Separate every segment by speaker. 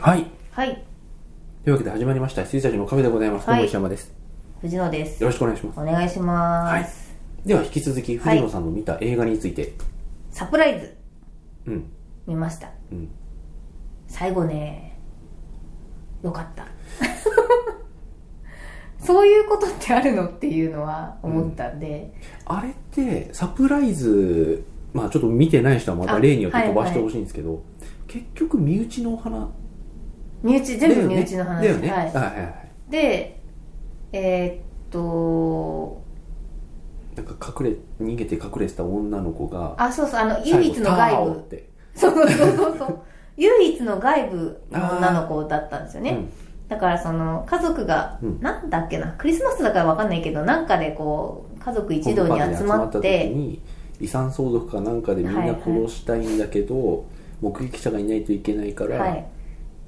Speaker 1: はい。
Speaker 2: はい、
Speaker 1: というわけで始まりました。水たちのカフェでございます。どう
Speaker 2: は
Speaker 1: も
Speaker 2: い
Speaker 1: 石山です。
Speaker 2: 藤野です
Speaker 1: よ。ろしくお願いします。
Speaker 2: お願いし
Speaker 1: は
Speaker 2: ま
Speaker 1: い
Speaker 2: す。。
Speaker 1: では引き続き、
Speaker 2: はい
Speaker 1: 藤野さんの見た映画について。
Speaker 2: サプライズ
Speaker 1: うん。
Speaker 2: 見ました。
Speaker 1: うん
Speaker 2: 最後ね、よかった。 そういうことってあるのっていうのは思ったんで、
Speaker 1: あれって、サプライズ、まあちょっと見てない人はまた
Speaker 2: あ
Speaker 1: 例によって
Speaker 2: はい
Speaker 1: 飛ばしてほしいんですけど、結局身内のお花
Speaker 2: 身内、
Speaker 1: だよね。
Speaker 2: 全部身内の話。
Speaker 1: だよね。
Speaker 2: は
Speaker 1: はい
Speaker 2: い、
Speaker 1: はいはい。
Speaker 2: で、えーっと、
Speaker 1: なんか隠れ、逃げて隠れてた女の子が、
Speaker 2: あ、そうそう、あの、唯一の
Speaker 1: 最後
Speaker 2: 外
Speaker 1: タオっ
Speaker 2: 部。
Speaker 1: て。
Speaker 2: そうそうそうそう。唯一の外部の女の子だったんですよね。
Speaker 1: うん
Speaker 2: だからその家族が、
Speaker 1: うん
Speaker 2: なんだっけなクリスマスだからわかんないけどなんかでこう家族一堂に集まっ
Speaker 1: ホームパーティーで集
Speaker 2: て
Speaker 1: まった時に遺産相続かなんかでみんな殺したいんだけど、目撃者がいないといけないから、
Speaker 2: はい、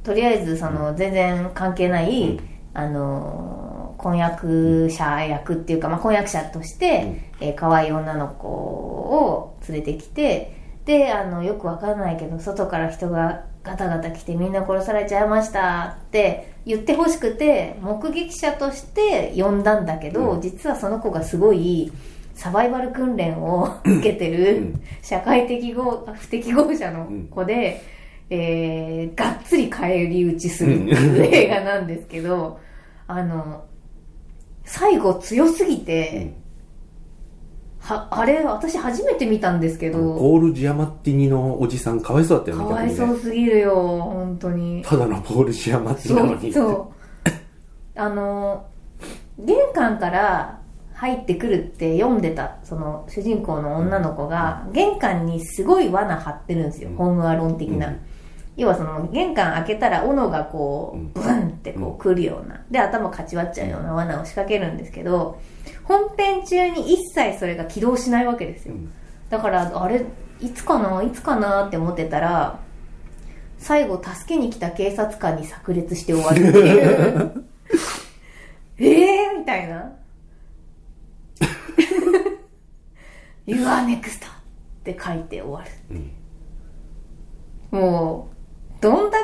Speaker 2: とりあえずその、全然関係な
Speaker 1: う
Speaker 2: い、
Speaker 1: ん
Speaker 2: あのー婚約者役っていうか、まあ、婚約者として、えー可愛い女の子を連れてきてであのよくわかんないけど外から人がガタガタ来てみんな殺されちゃいましたって言ってほしくて目撃者として呼んだんだけど、
Speaker 1: うん
Speaker 2: 実はその子がすごいサバイバル訓練を受けてる、
Speaker 1: うん
Speaker 2: 社会的合不適合者の子で、えー、がっつり返り討ち するっていう映画なんですけど、あの、最後強すぎて、は、あれ、私初めて見たんですけど、
Speaker 1: ポール・ジアマッティニのおじさんかわいそうだったよね
Speaker 2: かわい
Speaker 1: 逆
Speaker 2: そ
Speaker 1: に
Speaker 2: う
Speaker 1: ね
Speaker 2: すぎるよ、本当に。
Speaker 1: ただのポール・ジアマッティ
Speaker 2: そ
Speaker 1: なの
Speaker 2: う、
Speaker 1: に
Speaker 2: そう。あの、玄関から入ってくるって読んでた、その主人公の女の子が、玄関にすごい罠張ってるんですよ、
Speaker 1: うん
Speaker 2: ホームアローン的な。
Speaker 1: うん
Speaker 2: 要はその玄関開けたら斧がこ
Speaker 1: うん
Speaker 2: うブンってこう来るようなで頭かち割っちゃうような罠を仕掛けるんですけど本編中に一切それが起動しないわけですよ
Speaker 1: うん
Speaker 2: だからあれいつかないつかなって思ってたら最後助けに来た警察官に炸裂して終わるっていう えーみたいな 「You are next」って書いて終わる
Speaker 1: うん
Speaker 2: もう、どんだ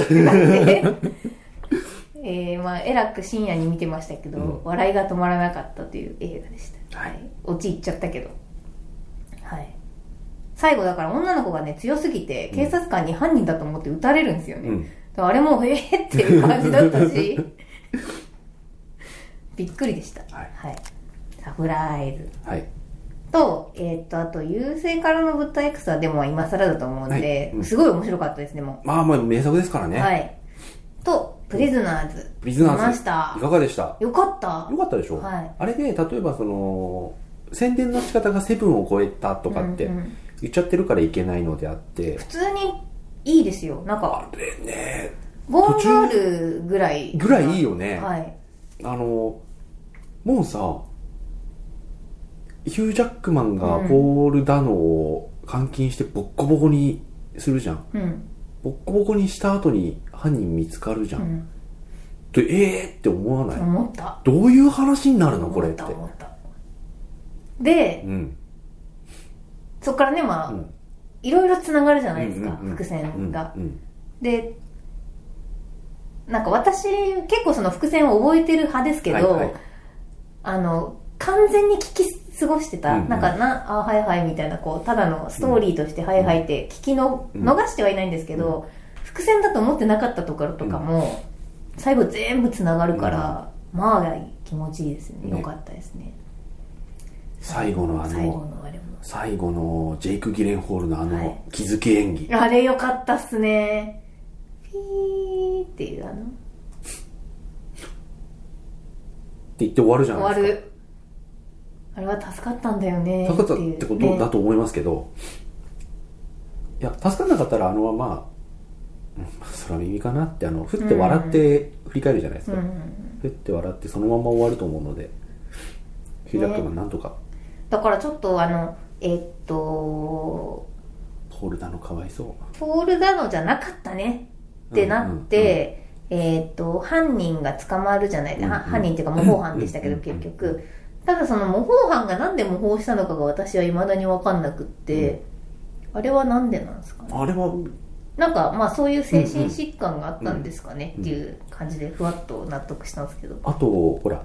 Speaker 2: けってなって、 えー、まあ、えらく深夜に見てましたけど、
Speaker 1: うん
Speaker 2: 笑いが止まらなかったという映画でした。
Speaker 1: はい。
Speaker 2: 落ち入っちゃったけど。はい。最後だから女の子がね、強すぎて、
Speaker 1: うん
Speaker 2: 警察官に犯人だと思って撃たれるんですよね。
Speaker 1: うん
Speaker 2: だからあれも、えーっていう感じだった し、びっくりでした。
Speaker 1: はい
Speaker 2: サプライズ。
Speaker 1: はい
Speaker 2: と、えーっと、あと、優勢からの物体 X はでも今更だと思うんで、
Speaker 1: はいうん
Speaker 2: すごい面白かったですね、も
Speaker 1: まあまあ名作ですから
Speaker 2: う。
Speaker 1: ね、
Speaker 2: はい。と、プリズナーズ。
Speaker 1: プリズナーズ
Speaker 2: 見ました
Speaker 1: い。かがでした
Speaker 2: よかった
Speaker 1: よ。かったでしょ、
Speaker 2: はい
Speaker 1: あれで例えばその宣伝の仕方がセブンを超えたとかって
Speaker 2: うんうん
Speaker 1: 言っちゃってるからいけないのであって
Speaker 2: 普、通にいいですよ。なんか、
Speaker 1: あれね
Speaker 2: ゴーンガールぐらい。
Speaker 1: ぐらいいいよね、
Speaker 2: はい。
Speaker 1: あのもうさヒュー・ジャックマンがポール・ダノを監禁してボッコボコにするじゃん
Speaker 2: うん。
Speaker 1: ボッコボコにした後に犯人見つかるじゃ、
Speaker 2: うんん。
Speaker 1: でええー、って思わない、
Speaker 2: 思った。
Speaker 1: どういう話になるのこれって
Speaker 2: 思った、思った。で、
Speaker 1: うん
Speaker 2: そこからね、まあ、
Speaker 1: うん
Speaker 2: いろいろ繋がるじゃないですか、
Speaker 1: うんうんうん
Speaker 2: 伏
Speaker 1: うん
Speaker 2: 線が。
Speaker 1: うん
Speaker 2: でなんか私結構その伏線を覚えてる派ですけど、
Speaker 1: はいはい
Speaker 2: あの完全に聞き過ごしてた、
Speaker 1: うんうん
Speaker 2: なんかなあはいはいみたいなこうただのストーリーとしてはいはいって聞きの、
Speaker 1: うん
Speaker 2: 逃してはいないんですけど、伏線だと思ってなかったところとかも、最後全部つながるから、まあ気持ちいいですね
Speaker 1: ね
Speaker 2: よかったですね
Speaker 1: 最後のあの
Speaker 2: 最後のあれも
Speaker 1: 最後のジェイク・ギレンホールのあ
Speaker 2: は
Speaker 1: の
Speaker 2: い
Speaker 1: 気づき演技、
Speaker 2: あれよかったっすねピーっていうあの
Speaker 1: って言って終わるじゃ
Speaker 2: 終
Speaker 1: な
Speaker 2: わ
Speaker 1: いですか
Speaker 2: るあれは助かったんだよね
Speaker 1: 助かったってこ
Speaker 2: いう
Speaker 1: と
Speaker 2: ね
Speaker 1: だと思いますけど、いや助からなかったらあのままあうんそら耳かなってあのふって笑って振り返るじゃないです
Speaker 2: う
Speaker 1: か、
Speaker 2: ん、
Speaker 1: ふって笑ってそのまま終わると思うのでヒュージャックマンなんとか
Speaker 2: だからちょっとあのえーっと
Speaker 1: ポールダのかわいそう
Speaker 2: ポールダノじゃなかったねってなって、えーっと犯人が捕まるじゃない、
Speaker 1: うんうん
Speaker 2: は犯人っていうか模倣犯でしたけ
Speaker 1: う
Speaker 2: ど、
Speaker 1: んうん
Speaker 2: 結局ただその模倣犯がなんで模倣したのかが私はいまだに分かんなくって、あれはなんでなんですかね
Speaker 1: あれは
Speaker 2: なんかまあそういう精神疾患があったんですかね
Speaker 1: うん
Speaker 2: っていう感じでふわっと納得したんですけど、
Speaker 1: あとほら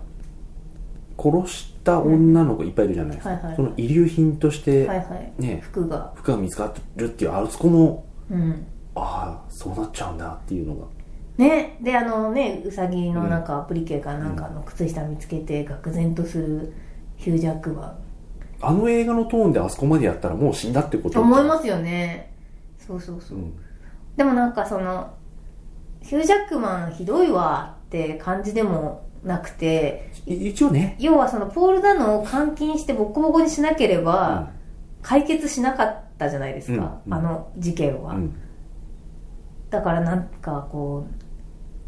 Speaker 1: 殺した女の子いっぱいいるじゃないですか、
Speaker 2: はいはい
Speaker 1: その遺留品として、
Speaker 2: はいはい
Speaker 1: ね
Speaker 2: 服が
Speaker 1: 服が見つかってるっていうあそこの
Speaker 2: うん
Speaker 1: ああそうなっちゃうんだっていうのが
Speaker 2: ねであのねうさぎのなんかアプリケかなんかの靴下見つけて愕然とするヒュージャックマン
Speaker 1: あの映画のトーンであそこまでやったらもう死んだってこと、
Speaker 2: 思いますすよねそうそうそうう、
Speaker 1: ん、
Speaker 2: でもなんかそのヒュージャックマンひどいわって感じでもなくて
Speaker 1: い一応ね、
Speaker 2: 要はそのポール・ダノを監禁してボッコボコにしなけれ
Speaker 1: う
Speaker 2: ば、
Speaker 1: ん
Speaker 2: 解決しなかったじゃないですか、
Speaker 1: うんうん
Speaker 2: あの事件は、
Speaker 1: うん、
Speaker 2: だからなんかこ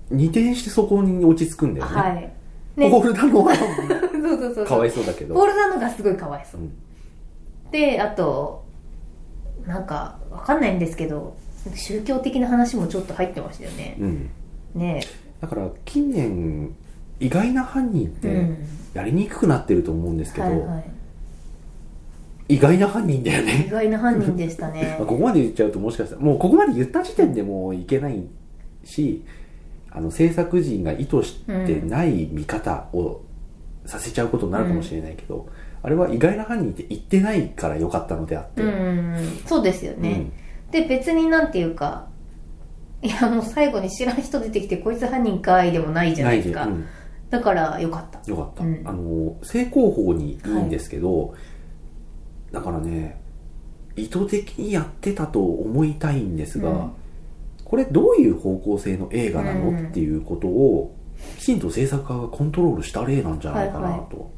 Speaker 1: 二転してそこに落ち着くん
Speaker 2: う、
Speaker 1: だよね、
Speaker 2: はいね
Speaker 1: ホールダノは
Speaker 2: そうそうそう
Speaker 1: かわいそうだけど
Speaker 2: ポール・ダノがすごいかわいそう
Speaker 1: うん
Speaker 2: であとなんかわかんないんですけど宗教的な話もちょっと入ってましたよね
Speaker 1: うん、
Speaker 2: ね
Speaker 1: だから近年意外な犯人っ
Speaker 2: え、
Speaker 1: てやりにくくなってると思うんです
Speaker 2: う
Speaker 1: け
Speaker 2: ん
Speaker 1: ど、
Speaker 2: はいはい
Speaker 1: 意外な犯人だよね
Speaker 2: 意外な犯人でしたね
Speaker 1: まあここまで言っちゃうともしかしたらもうここまで言った時点でもういけないしあの制作陣が意図してない見方をさせちゃうことになるかもしれないけど、あれは意外な犯人って言ってないから良かったのであって、
Speaker 2: うんそうですよね、で別になんていうかいやもう最後に知らん人出てきてこいつ犯人かいでもないじゃないですか、
Speaker 1: ないで、
Speaker 2: だからよかった
Speaker 1: うん、よかった、
Speaker 2: うん
Speaker 1: あの正攻法にいいんですけど、だからね意図的にやってたと思いたいんですが、
Speaker 2: うん
Speaker 1: これどういう方向性の映画なの、
Speaker 2: うん
Speaker 1: っていうことをきちんと制作側がコントロールした例なんじゃないかなと、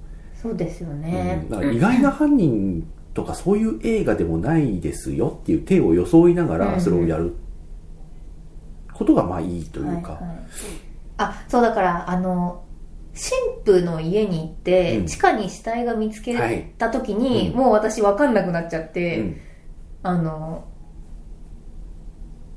Speaker 2: そうですよ
Speaker 1: う
Speaker 2: ね
Speaker 1: ん、だから意外な犯人とかそういう映画でもないですよっていう手を装いなが
Speaker 2: うん
Speaker 1: らそれをやることがまあいいというか、
Speaker 2: はいはいあそうだからあの神父の家に行って、
Speaker 1: うん
Speaker 2: 地下に死体が見つ
Speaker 1: は
Speaker 2: け
Speaker 1: い
Speaker 2: た時に、
Speaker 1: うん
Speaker 2: もう私分かんなくなっちゃっ
Speaker 1: う
Speaker 2: て、
Speaker 1: ん
Speaker 2: あの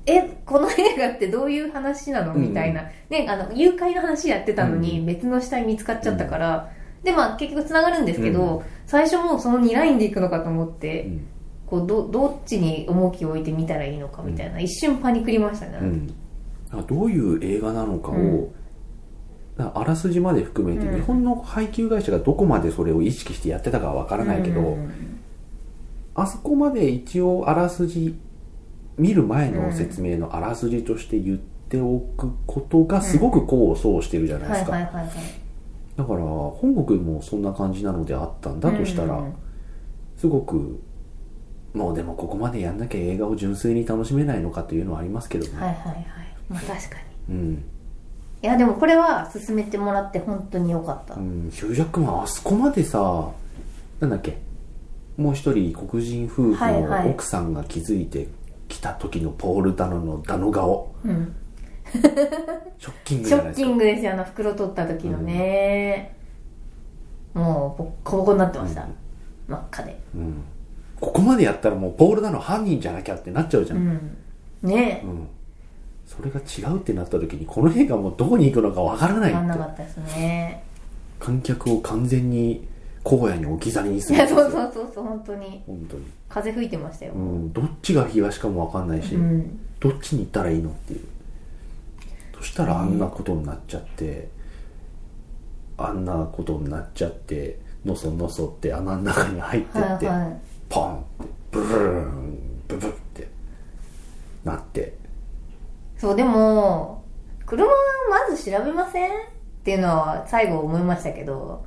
Speaker 2: えこの映画ってどういう話なの
Speaker 1: うん
Speaker 2: みたいな、ね、あの誘拐の話やってたのに、
Speaker 1: う
Speaker 2: 別の死体見つかっちゃったから、でまあ結局つながるんですけど、最初もうその2ラインで行くのかと思って、
Speaker 1: うん
Speaker 2: こうどどっちに重きを置いてみたらいいのかみたいな、一瞬パニクりましたね、
Speaker 1: うん、だからどういう映画なのかを、
Speaker 2: うん
Speaker 1: だからあらすじまで含めて、
Speaker 2: うん
Speaker 1: 日本の配給会社がどこまでそれを意識してやってたかはわからないけど、
Speaker 2: うん
Speaker 1: あそこまで一応あらすじ見る前の説明のあらすじとして言っておくことがすごく功を奏してるじゃない
Speaker 2: は
Speaker 1: で
Speaker 2: い
Speaker 1: すか、
Speaker 2: はいはいはい
Speaker 1: だから本国もそんな感じなのであったんだとしたら、
Speaker 2: うん
Speaker 1: すごくもうでもここまでやんなきゃ映画を純粋に楽しめないのかというのはありますけどね、
Speaker 2: はいはいはいまあ確かに
Speaker 1: うん
Speaker 2: いやでもこれは勧めてもらって本当に良かった、
Speaker 1: うん、ヒュージャックマンあそこまでさなんだっけもう一人黒人夫婦
Speaker 2: はいはい
Speaker 1: の奥さんが気づいてきた時のポール・ダノのダノ顔
Speaker 2: うん、
Speaker 1: ショッキング
Speaker 2: シ
Speaker 1: じゃ
Speaker 2: ョ
Speaker 1: ない
Speaker 2: ッ
Speaker 1: です
Speaker 2: キ
Speaker 1: か
Speaker 2: ングですよあの袋取った時のね、もうボッコボコになってまし
Speaker 1: う
Speaker 2: た、
Speaker 1: ん
Speaker 2: 真っ赤で
Speaker 1: うん、ここまでやったらもうポール・ダノ犯人じゃなきゃってなっちゃうじゃ、
Speaker 2: うんんね
Speaker 1: うんそれが違うってなった時にこの映画もうどこに行くのかわからな
Speaker 2: え
Speaker 1: い
Speaker 2: 分かんな
Speaker 1: っ
Speaker 2: か
Speaker 1: て
Speaker 2: ったですね
Speaker 1: 観客を完全に荒野に置き去りにす
Speaker 2: い
Speaker 1: るん
Speaker 2: や
Speaker 1: です
Speaker 2: そ
Speaker 1: よ
Speaker 2: うそうそうそう本当に
Speaker 1: 本当に、
Speaker 2: 風吹いてましたよ、
Speaker 1: う
Speaker 2: うん
Speaker 1: ん、どっちが東かもわかんないし、どっちに行ったらいいのっていうそしたらあんなことになっちゃって、あんなことになっちゃってのそのそって穴の中に入ってって、
Speaker 2: はいは
Speaker 1: ポンってブルーンブブってなって
Speaker 2: いそうでも車はまず調べませんっていうのは最後思いましたけど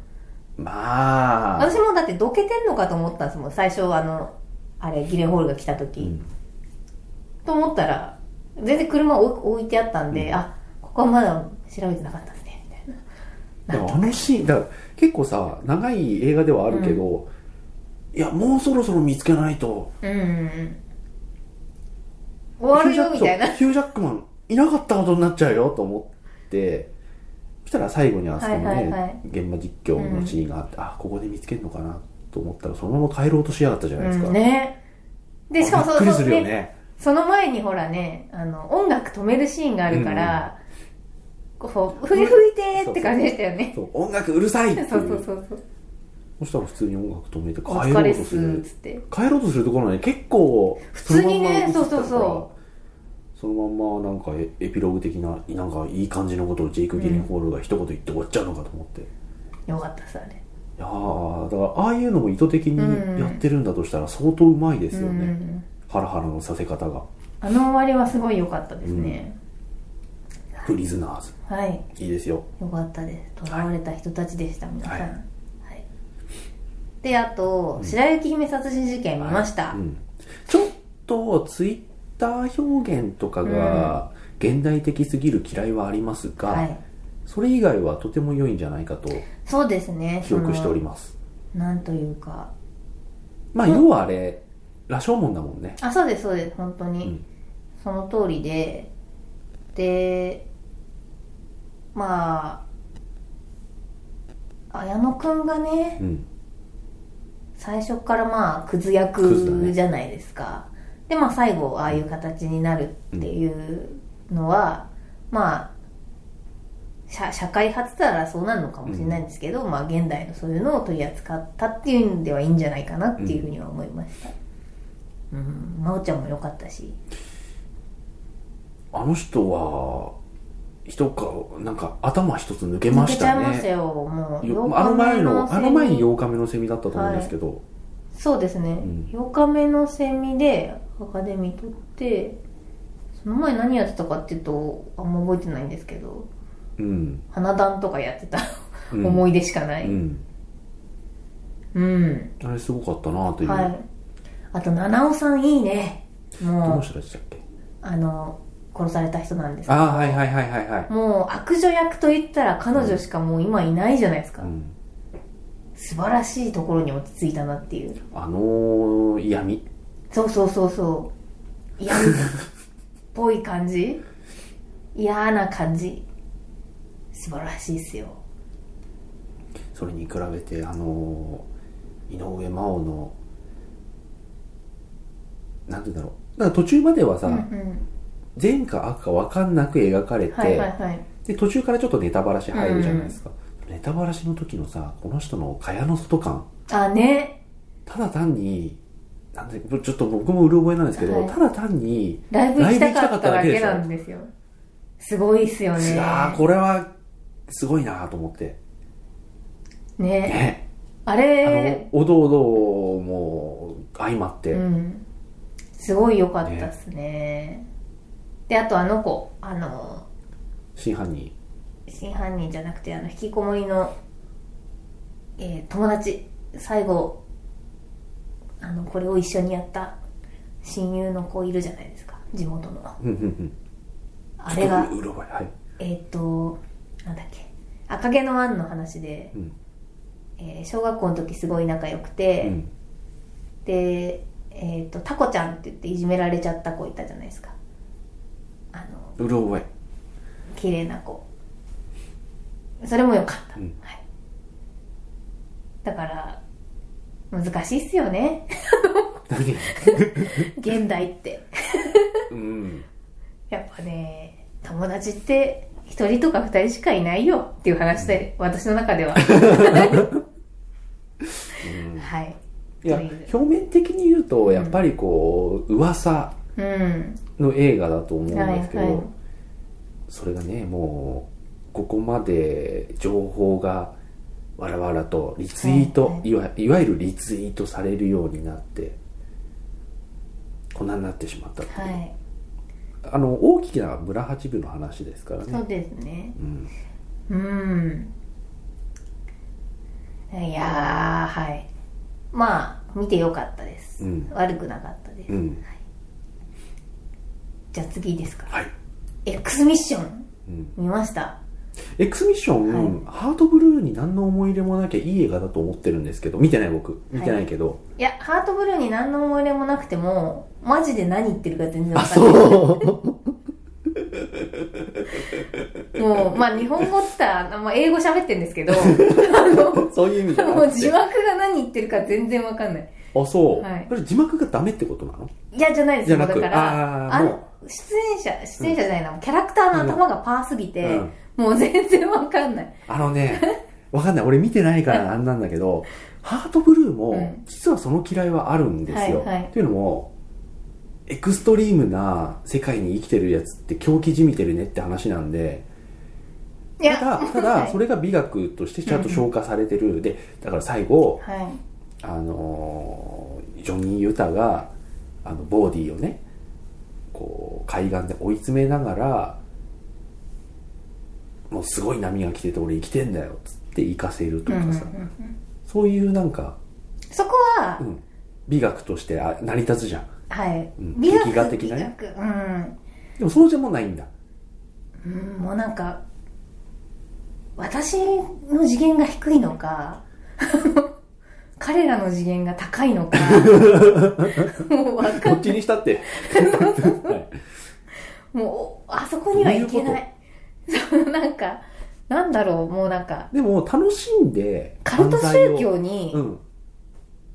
Speaker 1: まあ、
Speaker 2: 私もだってどけてんのかと思ったんですもん最初あのあれギレンホールが来た時、
Speaker 1: うん
Speaker 2: と思ったら全然車を置いてあったんで、あここはまだ調べてなかったですねみたいな
Speaker 1: でもあのシーンだから結構さ長い映画ではあるけど、いやもうそろそろ見つけないと
Speaker 2: うん終わるよみたいな
Speaker 1: ヒュージャックマンいなかったことになっちゃうよと思ってそしたら最後にあそこのね、
Speaker 2: はいはいはい
Speaker 1: 現場実況のシーンがあって、あここで見つけるのかなと思ったらそのまま帰ろうとしやがったじゃないですか、
Speaker 2: うんねでしかも
Speaker 1: びっ
Speaker 2: そ
Speaker 1: くり
Speaker 2: のそ
Speaker 1: す
Speaker 2: う
Speaker 1: るよ
Speaker 2: ね
Speaker 1: ね
Speaker 2: その前にほらねあの音楽止めるシーンがあるから、こう振り吹いてーって感じでしたよね
Speaker 1: そう音楽うるさいっていう
Speaker 2: そう そうそうそう
Speaker 1: そしたら普通に音楽止めて
Speaker 2: お
Speaker 1: 帰
Speaker 2: 疲
Speaker 1: ろ
Speaker 2: れっ
Speaker 1: うとす
Speaker 2: すっ
Speaker 1: る
Speaker 2: つって
Speaker 1: 帰ろうとするところね結構普
Speaker 2: 通にね
Speaker 1: そのまま映ってたから
Speaker 2: そうそうそ
Speaker 1: そのまんまなんかエエピローグ的ななんかいい感じのことをジェイク・ギリンホールが一言言って終わっちゃうのかと思って、い
Speaker 2: よかったですあれ
Speaker 1: やーだからああいうのも意図的にやってるんだとしたら相当うまいですよね、
Speaker 2: うんうんうん
Speaker 1: ハラハラのさせ方が
Speaker 2: あの終わりはすごい良かったですね、
Speaker 1: プリズナーズ
Speaker 2: はい
Speaker 1: いいですよ
Speaker 2: よかったです囚われた人たちでした、皆さん、
Speaker 1: は
Speaker 2: はいいであと、白雪姫殺人事件見ました、
Speaker 1: うん、ちょっとツイッター表現とかが現代的すぎる嫌いはありますが、
Speaker 2: はい
Speaker 1: それ以外はとても良いんじゃないかと
Speaker 2: そうですね
Speaker 1: 記憶しており
Speaker 2: ま
Speaker 1: ます
Speaker 2: すなんというか
Speaker 1: まあ要はあれ羅生門だもんね
Speaker 2: あそうですそうです本当に、
Speaker 1: うん
Speaker 2: その通りででまあ綾野くんがね
Speaker 1: うん
Speaker 2: 最初からまあクズ
Speaker 1: クズだね
Speaker 2: 役じゃないですか、でまあ最後ああいう形になるっていうのは、まあ社社会初ならそうなるのかもしれないんですけど、まあ現代のそういうのを取り扱ったっていうんではいいんじゃないかなっていうふうには思いましたうん、真央ちゃんも良かったし
Speaker 1: あの人は人かなんか頭一つ抜けまし
Speaker 2: ちゃ
Speaker 1: た
Speaker 2: いました
Speaker 1: ね
Speaker 2: よもう
Speaker 1: よあの
Speaker 2: 8日
Speaker 1: 前
Speaker 2: 目
Speaker 1: の
Speaker 2: セ
Speaker 1: あ
Speaker 2: ミ
Speaker 1: の前に8日目のセミだったと思うんですけど、
Speaker 2: そうですね、
Speaker 1: ん
Speaker 2: 8日目のセミでアカデミー取ってその前何やってたかっていうとあんま覚えてないんですけど
Speaker 1: うん
Speaker 2: 花壇とかやってた
Speaker 1: うん
Speaker 2: 思い出しかな
Speaker 1: う
Speaker 2: いうん、
Speaker 1: んあれすごかったなという、
Speaker 2: はいあと七尾さんいいね
Speaker 1: ど
Speaker 2: も
Speaker 1: の
Speaker 2: う
Speaker 1: 人でしたっけ
Speaker 2: あの殺された人なんですけど
Speaker 1: ああはいはいはいはいはい、
Speaker 2: もう悪女役といったら彼女しかもう今いないじゃないですか、
Speaker 1: うん、
Speaker 2: 素晴らしいところに落ち着いたなっていう
Speaker 1: あの嫌味
Speaker 2: そうそうそうそう嫌味っぽい感じ嫌な感じ素晴らしいっすよ
Speaker 1: それに比べてあの井上真央のなんて言うんだろうだから途中まではさ、
Speaker 2: うんうん
Speaker 1: 善か悪か分かんなく描かれて、
Speaker 2: はいはいはい
Speaker 1: で途中からちょっとネタバラシ入るじゃないですか、ネタバラシの時のさこの人の蚊帳の外感
Speaker 2: あね
Speaker 1: ただ単になんでちょっと僕もうる覚えなんですけど、
Speaker 2: はい
Speaker 1: ただ単に
Speaker 2: ライブ行きたかっただ
Speaker 1: ライブ行
Speaker 2: け
Speaker 1: きたか
Speaker 2: な
Speaker 1: っただけ
Speaker 2: んですよすごいっすよ
Speaker 1: い
Speaker 2: ね
Speaker 1: やーこれはすごいなと思って
Speaker 2: ね
Speaker 1: ね
Speaker 2: あ
Speaker 1: あ
Speaker 2: れ
Speaker 1: のおどおども相まって、
Speaker 2: うんすごい良かったっすねであとあの子あの
Speaker 1: 真犯人
Speaker 2: 真犯人じゃなくてあの引きこもりの、えー友達最後あのこれを一緒にやった親友の子いるじゃないですか地元の
Speaker 1: うんうんうん
Speaker 2: あれが
Speaker 1: ううろ覚えはい
Speaker 2: えーっ、となんだっけ赤毛のアンの話で、
Speaker 1: うん
Speaker 2: えー小学校の時すごい仲良く
Speaker 1: う
Speaker 2: て、
Speaker 1: ん
Speaker 2: でえーっ、とタコちゃんって言っていじめられちゃった子いたじゃないですかあ
Speaker 1: う
Speaker 2: の
Speaker 1: ろ覚え
Speaker 2: 綺麗な子それも良かった、
Speaker 1: うん
Speaker 2: はい、だから難しいっすよ ね
Speaker 1: 何
Speaker 2: 現代って
Speaker 1: うん
Speaker 2: やっぱね友達って一人とか二人しかいないよっていう話で、私の中 でははい
Speaker 1: いや
Speaker 2: という
Speaker 1: 表面的に言うとやっぱりこう、噂
Speaker 2: うん
Speaker 1: の映画だと思うんですけど、
Speaker 2: はいはい
Speaker 1: それがねもうここまで情報がわらわらとリツイート、
Speaker 2: はいはい
Speaker 1: いわいわゆるリツイートされるようになってこんなになってしまったっていう、
Speaker 2: はい
Speaker 1: あの大きな村八部の話ですから
Speaker 2: そ
Speaker 1: ね
Speaker 2: うですね
Speaker 1: うん
Speaker 2: うんいやーはいまあ見てよかったです、
Speaker 1: うん
Speaker 2: 悪くなかったです、
Speaker 1: うん
Speaker 2: じゃあ次ですか
Speaker 1: はい、
Speaker 2: X ミッション
Speaker 1: うん
Speaker 2: 見ました
Speaker 1: エクスミッション、ハートブルーに何の思い入れもなきゃいい映画だと思ってるんですけど見てない僕見てないけど、
Speaker 2: いやハートブルーに何の思い入れもなくてもマジで何言ってるか全然
Speaker 1: あ
Speaker 2: わかんない
Speaker 1: そう
Speaker 2: もうまあ日本語って言ったら、まあ、英語喋ってるんです けどあの
Speaker 1: そういう意味じゃ
Speaker 2: も
Speaker 1: な
Speaker 2: う
Speaker 1: く
Speaker 2: 字
Speaker 1: て
Speaker 2: 幕が何言ってるか全然わかんない
Speaker 1: あそう、
Speaker 2: はい
Speaker 1: それ字幕がダメってことなの
Speaker 2: いやじゃないです
Speaker 1: じゃ
Speaker 2: よ
Speaker 1: な
Speaker 2: だ
Speaker 1: く
Speaker 2: から
Speaker 1: あー
Speaker 2: あ
Speaker 1: も
Speaker 2: の出演者出演者じゃないな、キャラクターの頭がパーすぎて、
Speaker 1: うん
Speaker 2: もう全然わかんない
Speaker 1: あのね わかんない俺見てないからあんなんだけ どハートブルー
Speaker 2: う
Speaker 1: も
Speaker 2: ん
Speaker 1: 実はその嫌いはあるんですよ、
Speaker 2: はいはい
Speaker 1: というのもエクストリームな世界に生きてるやつって狂気じみてるねって話なんで
Speaker 2: いや
Speaker 1: ただた
Speaker 2: は
Speaker 1: だ
Speaker 2: い
Speaker 1: それが美学としてちゃんと消化されてるでだから最後
Speaker 2: はい
Speaker 1: あのージョニー・ユタがあのボーディーをねこう海岸で追い詰めながらもうすごい波が来てて俺生きてんだよっつって行かせると
Speaker 2: うん
Speaker 1: か
Speaker 2: うんうん
Speaker 1: さ、そういうなんか、
Speaker 2: そこは
Speaker 1: う、ん、美学としてあ成り立つじゃん
Speaker 2: はい、
Speaker 1: うん
Speaker 2: 美学
Speaker 1: 壁画的なね
Speaker 2: 美学うん
Speaker 1: でもそうじゃもうないんだ
Speaker 2: うんもうなんか私の次元が低いのか 彼らの次元が高いのか もうわか
Speaker 1: ど
Speaker 2: ん
Speaker 1: っちにしたってはい
Speaker 2: もうあそこにはいけないそうなんかなんだろうもうなんか
Speaker 1: でも楽しんで
Speaker 2: カルト
Speaker 1: 犯罪
Speaker 2: 宗
Speaker 1: を
Speaker 2: 教に、
Speaker 1: うん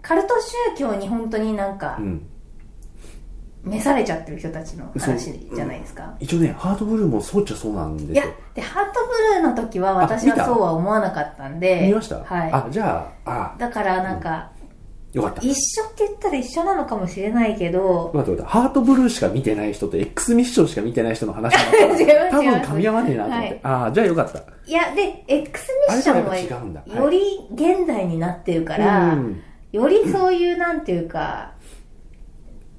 Speaker 2: カルト宗教に本当になんか
Speaker 1: うん
Speaker 2: 召されちゃってる人たちの話じゃないですか、
Speaker 1: 一応ねハートブルーもそうっちゃそうなんです
Speaker 2: いや
Speaker 1: よ
Speaker 2: でハートブルーの時は私
Speaker 1: あ見
Speaker 2: は
Speaker 1: た
Speaker 2: そうは思わなかったんで
Speaker 1: 見ました、
Speaker 2: はい
Speaker 1: あじゃああ
Speaker 2: だからなんか、
Speaker 1: よかった
Speaker 2: 一緒って言ったら一緒なのかもしれないけど、
Speaker 1: 待って待ってハートブルーしか見てない人と X ミッションしか見てない人の話だった
Speaker 2: 違いま
Speaker 1: ら
Speaker 2: す
Speaker 1: 多分
Speaker 2: 違います
Speaker 1: 噛み合わねえなと思って、
Speaker 2: はい
Speaker 1: ああじゃあよかった
Speaker 2: いや、で、X
Speaker 1: あ
Speaker 2: ミッ
Speaker 1: れ
Speaker 2: シ
Speaker 1: とは
Speaker 2: ョン
Speaker 1: やっぱ違
Speaker 2: は
Speaker 1: うんだ
Speaker 2: より現代になってるから、
Speaker 1: うん
Speaker 2: よりそういうなんていうか、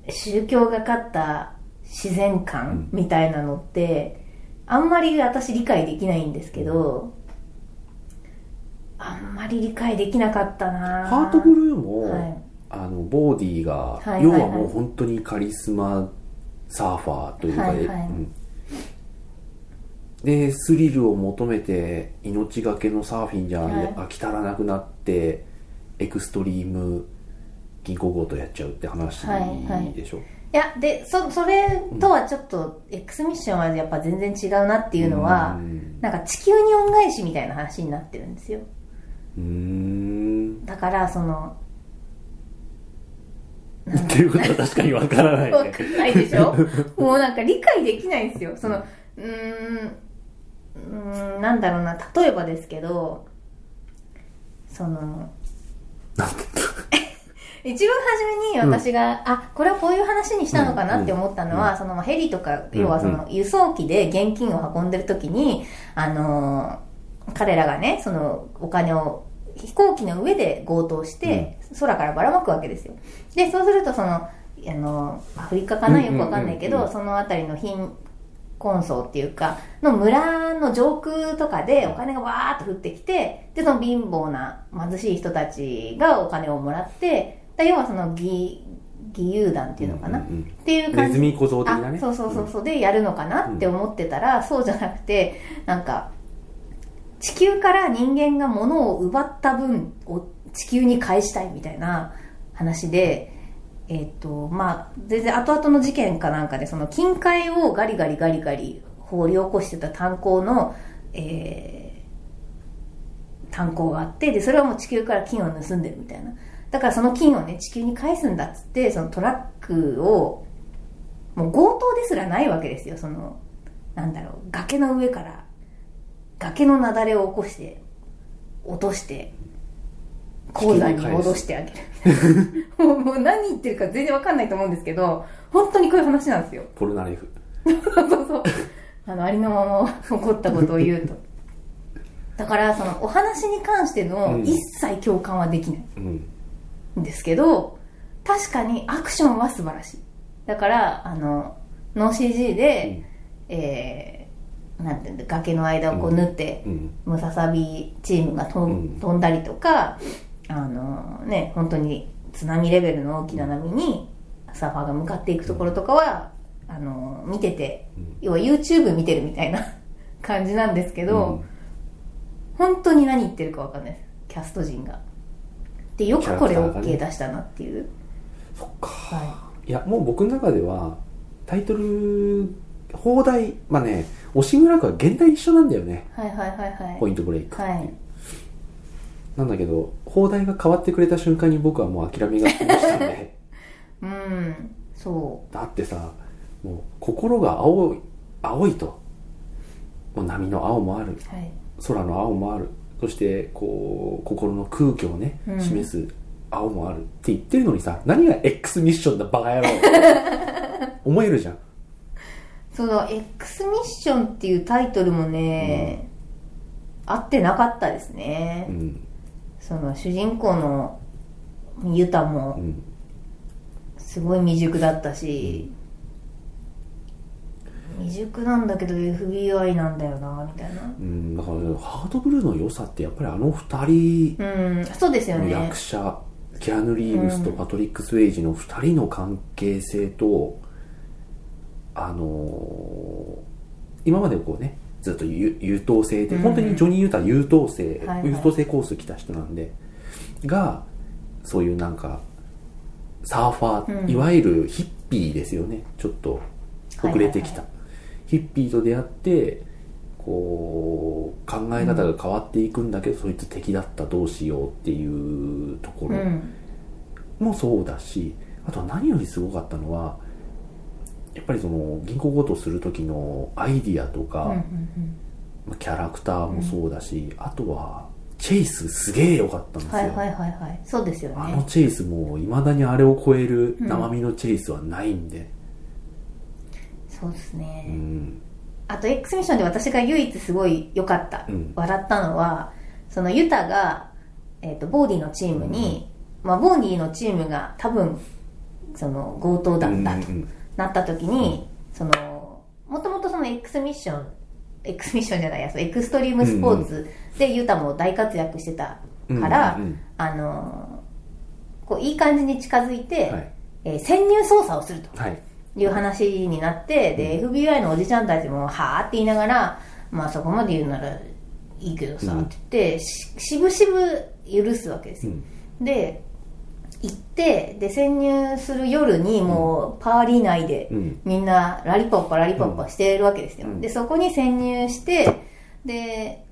Speaker 2: 宗教がかった自然観みたいなのって、あんまり私理解できないんですけど、あんまり理解できなかったなぁ
Speaker 1: ハートブルーも、
Speaker 2: はい
Speaker 1: あのボーディーが、
Speaker 2: いはいはい
Speaker 1: 要はもう本当にカリスマサーファーというか、
Speaker 2: はいはい
Speaker 1: うんでスリルを求めて命がけのサーフィンじゃ、
Speaker 2: はい
Speaker 1: 飽き足らなくなってエクストリーム銀行強盗やっちゃうって話
Speaker 2: はいはい
Speaker 1: でしょ、
Speaker 2: いや、で、そ、それとはちょっと、X ミッションはやっぱ全然違うなっていうのは、
Speaker 1: うん
Speaker 2: なんか地球に恩返しみたいな話になってるんですよ。
Speaker 1: うーん
Speaker 2: だから、その、
Speaker 1: っていうことは確かにわからない
Speaker 2: わ
Speaker 1: ね
Speaker 2: かんないでしょもうなんか理解できないんですよ。その、うーん、うーん、なんだろうな、例えばですけど、その、
Speaker 1: なんて
Speaker 2: 一番初めに私が、あ、これはこういう話にしたのかなって思ったのは、そのまあヘリとか、
Speaker 1: うん
Speaker 2: 要はその輸送機で現金を運んでる時に、あのー彼らがね、そのお金を飛行機の上で強盗して、空からばらまくわけですよ。で、そうするとその、あのーアフリカかな
Speaker 1: うん
Speaker 2: よくわかんないけ
Speaker 1: うんう
Speaker 2: ど、
Speaker 1: ん
Speaker 2: そのあたりの貧困層っていうか、の村の上空とかでお金がわーっと降ってきて、で、その貧乏な貧しい人たちがお金をもらって、だ要はその義、義勇団っていうのかな、
Speaker 1: うんうん
Speaker 2: っていううん感
Speaker 1: ネ
Speaker 2: じ
Speaker 1: ズミ小僧的な
Speaker 2: あ
Speaker 1: ね
Speaker 2: そうそうそうそうでやるのかなって思ってたら、そうじゃなくてなんか地球から人間が物を奪った分を地球に返したいみたいな話でえっ、とまあ全然後々の事件かなんかでその金塊をガリガリガリガリ掘り起こしてた炭鉱の、えー炭鉱があってでそれはもう地球から金を盗んでるみたいなだからその金をね地球に返すんだっつってそのトラックをもう強盗ですらないわけですよそのなんだろう崖の上から崖の雪崩を起こして落として鉱山に戻してあげるも うもう何言ってるか全然わかんないと思うんですけど本当にこういう話なんですよ
Speaker 1: ポルナレフ
Speaker 2: そうそうそう。あの、ありのまま起こったことを言うと。だから、その、お話に関しての
Speaker 1: うん
Speaker 2: 一切共感はできな
Speaker 1: うん
Speaker 2: いんですけど、確かにアクションは素晴らしい。だから、あの、ノー CG で、えー、なんていうんだ、崖の間をこう縫って、
Speaker 1: うん
Speaker 2: ムササビチームが飛ん,、
Speaker 1: うん
Speaker 2: 飛んだりとか、あのね、本当に津波レベルの大きな波にサーファーが向かっていくところとかは、あの見てて、
Speaker 1: うん
Speaker 2: 要は YouTube 見てるみたいな 感じなんですけど、本当に何言ってるかわかんないです。キャスト陣が。で、よくこ
Speaker 1: キ
Speaker 2: れ
Speaker 1: ャラクターがね
Speaker 2: OK 出したなっていう。
Speaker 1: そっか
Speaker 2: はい
Speaker 1: やもう僕の中ではタイトル放題まあね押村区は現代一緒なんだよね
Speaker 2: い、はいはいはいはい。
Speaker 1: ポイントブレイク、
Speaker 2: はい。
Speaker 1: なんだけど放題が変わってくれた瞬間に僕はもう諦めがつきましたね
Speaker 2: うん、そ
Speaker 1: だってさもう心が青い青いともう波の青もある
Speaker 2: う。はい。
Speaker 1: 空の青もあるそしてこう心の空気をね
Speaker 2: うん
Speaker 1: 示す青もあるって言ってるのにさ、何が X ミッションだバカ野郎思えるじゃん
Speaker 2: その X ミッションっていうタイトルもね、合ってなかったですね、
Speaker 1: うん
Speaker 2: その主人公のユタ
Speaker 1: う
Speaker 2: も
Speaker 1: ん
Speaker 2: すごい未熟だったし、未熟なんだけど FBI なんだよなみたいな
Speaker 1: うんだからハードブルーの良さってやっぱりあの二人
Speaker 2: うんそうですよ
Speaker 1: の
Speaker 2: ね
Speaker 1: 役者、キアヌ・リーブスとパトリック・スウェイジの二人の関係性とあのー今までこうねずっと優優等生で、
Speaker 2: うん
Speaker 1: 本当にジョニー・ユータは優等生、
Speaker 2: はいはい
Speaker 1: 優等生コース来た人なんでがそういうなんかサーファー、
Speaker 2: うん
Speaker 1: いわゆるヒッピーですよねちょっと遅れてきた、ヒッピーと出会ってこう考え方が変わっていくんだけど、そいつ敵だったどうしようっていうとこ
Speaker 2: う
Speaker 1: ろ
Speaker 2: ん
Speaker 1: もそうだし、あとは何よりすごかったのはやっぱりその銀行強盗する時のアイディアとか、
Speaker 2: うんうん
Speaker 1: まあキャラクターもそうだし、あとはチェイスすげえ良かったん
Speaker 2: う
Speaker 1: で
Speaker 2: ん
Speaker 1: すよ、
Speaker 2: はいはいはいはいそうですよ
Speaker 1: あの
Speaker 2: ね
Speaker 1: チェイスもいまだにあれを超える生身のチェイスはないんで、
Speaker 2: そうですね、
Speaker 1: うん
Speaker 2: あと X ミッションで私が唯一すごい良かった、
Speaker 1: うん
Speaker 2: 笑ったのはそのユタが、えー、とボーディのチームに、まあ、ボーディのチームが多分その強盗だったと
Speaker 1: うんうん
Speaker 2: なった時に、そのもともとその X ミッション X ミッションじゃないやそのエクストリームスポーツでユタも大活躍してた
Speaker 1: うん
Speaker 2: から、
Speaker 1: うんうん
Speaker 2: あのーこういい感じに近づいて、
Speaker 1: はい
Speaker 2: えー潜入捜査をすると
Speaker 1: はい
Speaker 2: いう話になってで FBI のおじちゃんたちも「はあ」って言いながら「まあそこまで言うならいいけどさ」
Speaker 1: うん
Speaker 2: って言ってししぶしぶ許すわけです
Speaker 1: う
Speaker 2: よ、
Speaker 1: ん
Speaker 2: で行ってで潜入する夜にもうパーリー内で
Speaker 1: うん
Speaker 2: みんなラリポッパラリポッパしてるわけですよ、
Speaker 1: うん
Speaker 2: でそこに潜入してで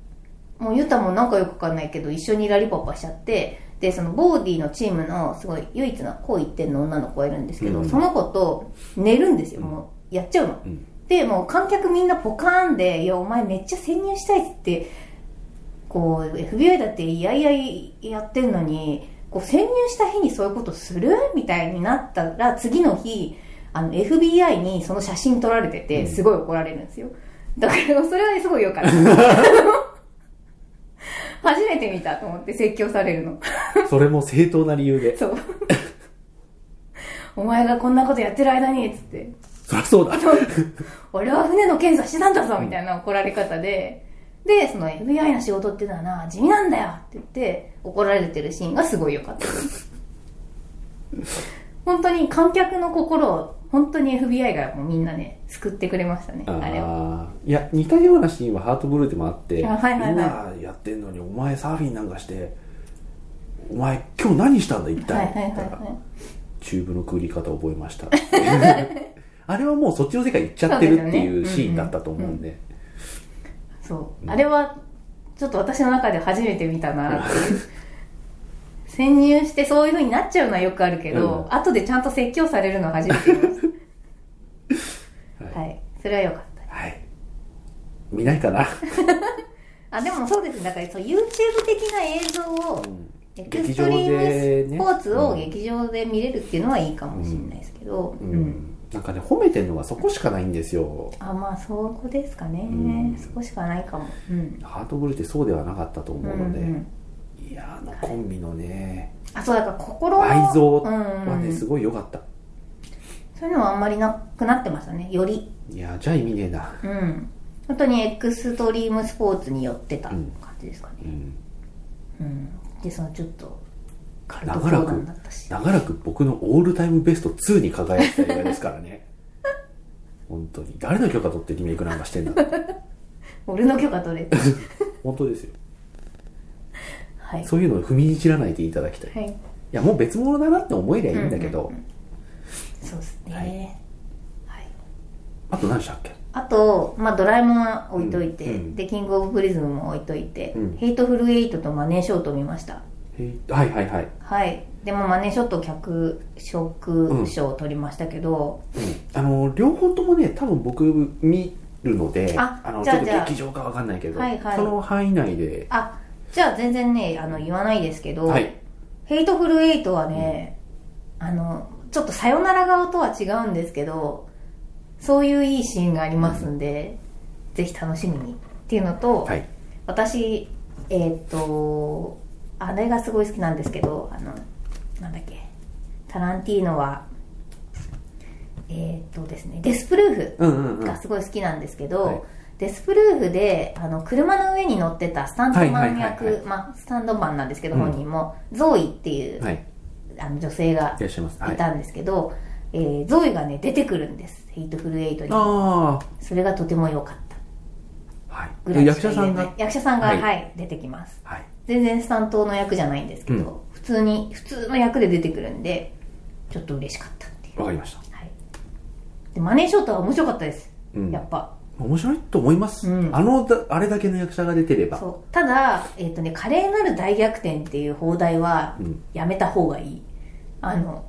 Speaker 2: もうユタもなんかよくわかんないけど一緒にラリポッパしちゃってでそのボーディのチームのすごい唯一のこう言ってんの女の子がいるんですけど、
Speaker 1: うん
Speaker 2: その子と寝るんですよもうやっちゃうの
Speaker 1: うん
Speaker 2: でもう観客みんなポカーンで「いやお前めっちゃ潜入したい」ってこう FBI だっていやいややってんのにこう潜入した日にそういうことするみたいになったら次の日あの FBI にその写真撮られて
Speaker 1: うん
Speaker 2: てすごい怒られるんですよ、だからそれはすごい良かった 初めて見たと思って説教されるの
Speaker 1: それも正当な理由で
Speaker 2: そう お前がこんなことやってる間にっつって
Speaker 1: そりゃそうだ
Speaker 2: 俺は船の検査してたんだぞみたいな怒られ方で、で、その FBI の仕事っていうのはな、地味なんだよって言って怒られてるシーンがすごい良か ったです。本当に観客の心を、本当に FBI がもうみんなね、救ってくれましたね、あれ
Speaker 1: あ
Speaker 2: は。
Speaker 1: ーいや似たようなシーンはハートブルーでもあって
Speaker 2: あはいはいはい
Speaker 1: みんなやってんのにお前サーフィンなんかしてお前今日何したんだ一
Speaker 2: は
Speaker 1: 体
Speaker 2: いはいは
Speaker 1: み
Speaker 2: い
Speaker 1: たいな
Speaker 2: は
Speaker 1: チューブのくぐり方覚えました あれはもうそっちの世界行っちゃってるっていうシーンだったと思うんで
Speaker 2: い。そう。あれは、ちょっと私の中で初めて見たなって いう。潜入してそういう風になっちゃうのはよくあるけど、
Speaker 1: う
Speaker 2: 後でちゃんと説教されるのは初めて見まし
Speaker 1: はい
Speaker 2: た。はい。それは良かった。
Speaker 1: はい見ないかな
Speaker 2: あでもそうですねだからそう YouTube 的な映像を
Speaker 1: ん
Speaker 2: エクストリームスポーツを
Speaker 1: 劇
Speaker 2: 劇場で見れるっていうのはいいかもしれないですけど、
Speaker 1: う
Speaker 2: うん
Speaker 1: んなんかね褒めてるのはそこしかないんですよ
Speaker 2: あまあそこですかね、
Speaker 1: ん
Speaker 2: そこしかないかも、うん
Speaker 1: ハートブルーってそうではなかったと
Speaker 2: う
Speaker 1: 思
Speaker 2: ん
Speaker 1: うので、
Speaker 2: うん
Speaker 1: いやーあのコンビのね
Speaker 2: あそうだから心の
Speaker 1: 愛憎
Speaker 2: うん
Speaker 1: はね
Speaker 2: うん
Speaker 1: すごい良かった
Speaker 2: そういうのはあんまりなくなってましたねより
Speaker 1: いやーじゃあ意味ねえな
Speaker 2: うん本当にエクストリームスポーツによってた感じですかね、
Speaker 1: うん
Speaker 2: うんでそのちょっとカルト
Speaker 1: 長ら
Speaker 2: 教
Speaker 1: く
Speaker 2: 団だったし
Speaker 1: 長らく僕のオールタイムベスト2に輝いてた映画ですからね 本当に誰の許可取ってリメイクなんかしてんだって
Speaker 2: 俺の許可取れて
Speaker 1: 本当ですよ
Speaker 2: はい
Speaker 1: そういうのを踏みにじらないでいただきたいい
Speaker 2: はい
Speaker 1: やもう別物だなって思えりゃいいんだけど、
Speaker 2: うんうんそうですね、
Speaker 1: は
Speaker 2: はいい
Speaker 1: あと何でしたっけ
Speaker 2: あと、まあ、ドラえもんは置いといて、
Speaker 1: うんうん
Speaker 2: でキングオブプリズムも置いといて、
Speaker 1: うん
Speaker 2: ヘイトフルエイトとマネーショート見ました
Speaker 1: へいはいはいはい
Speaker 2: はいでもマネーショート脚色賞を取りましたけど、
Speaker 1: あの両方ともね多分僕見るので
Speaker 2: あ
Speaker 1: の
Speaker 2: じゃ
Speaker 1: ちょ
Speaker 2: あ
Speaker 1: っと
Speaker 2: じゃあ
Speaker 1: 劇場かわかんないけど、
Speaker 2: はいはい
Speaker 1: その範囲内で
Speaker 2: あじゃあ全然ねあの言わないですけど、
Speaker 1: はい
Speaker 2: ヘイトフルエイトはね、あのちょっとさよなら顔とは違うんですけどそういういいシーンがありますんで、ぜひ楽しみにっていうのと、
Speaker 1: はい
Speaker 2: 私えーっ、とあれがすごい好きなんですけどあのなんだっけタランティーノはえーっ、とですねデスプルーフ
Speaker 1: うんうんうん
Speaker 2: がすごい好きなんですけど、
Speaker 1: はい
Speaker 2: デスプルーフであの車の上に乗ってたスタントマン
Speaker 1: はいはいはい
Speaker 2: 役
Speaker 1: は
Speaker 2: まあスタンドマンなんですけど、
Speaker 1: うん
Speaker 2: 本人もゾーイっていう、
Speaker 1: はい
Speaker 2: あの女性が
Speaker 1: いらっしゃいますはい
Speaker 2: いたんですけど、えーゾーイがね出てくるんです「ヘイトフルエイトに
Speaker 1: あ
Speaker 2: それがとても良かった
Speaker 1: あはい
Speaker 2: ぐらい
Speaker 1: で
Speaker 2: し
Speaker 1: 役
Speaker 2: か
Speaker 1: 者さ
Speaker 2: 言え
Speaker 1: ん
Speaker 2: ない
Speaker 1: が
Speaker 2: 役者さんが、
Speaker 1: は
Speaker 2: はいい出てきます
Speaker 1: はい
Speaker 2: 全然スタントの役じゃないんですけど、
Speaker 1: うん
Speaker 2: 普通に普通の役で出てくるんでちょっと嬉しかったっていう、
Speaker 1: わかりました
Speaker 2: はい、でマネーショートは面白かったです、
Speaker 1: うん
Speaker 2: やっぱ
Speaker 1: 面白いと思います、
Speaker 2: うん
Speaker 1: あのだあれだけの役者が出てれば
Speaker 2: そうただ、えっとね「華麗なる大逆転」っていう放題は
Speaker 1: うん
Speaker 2: やめた方がいい、あの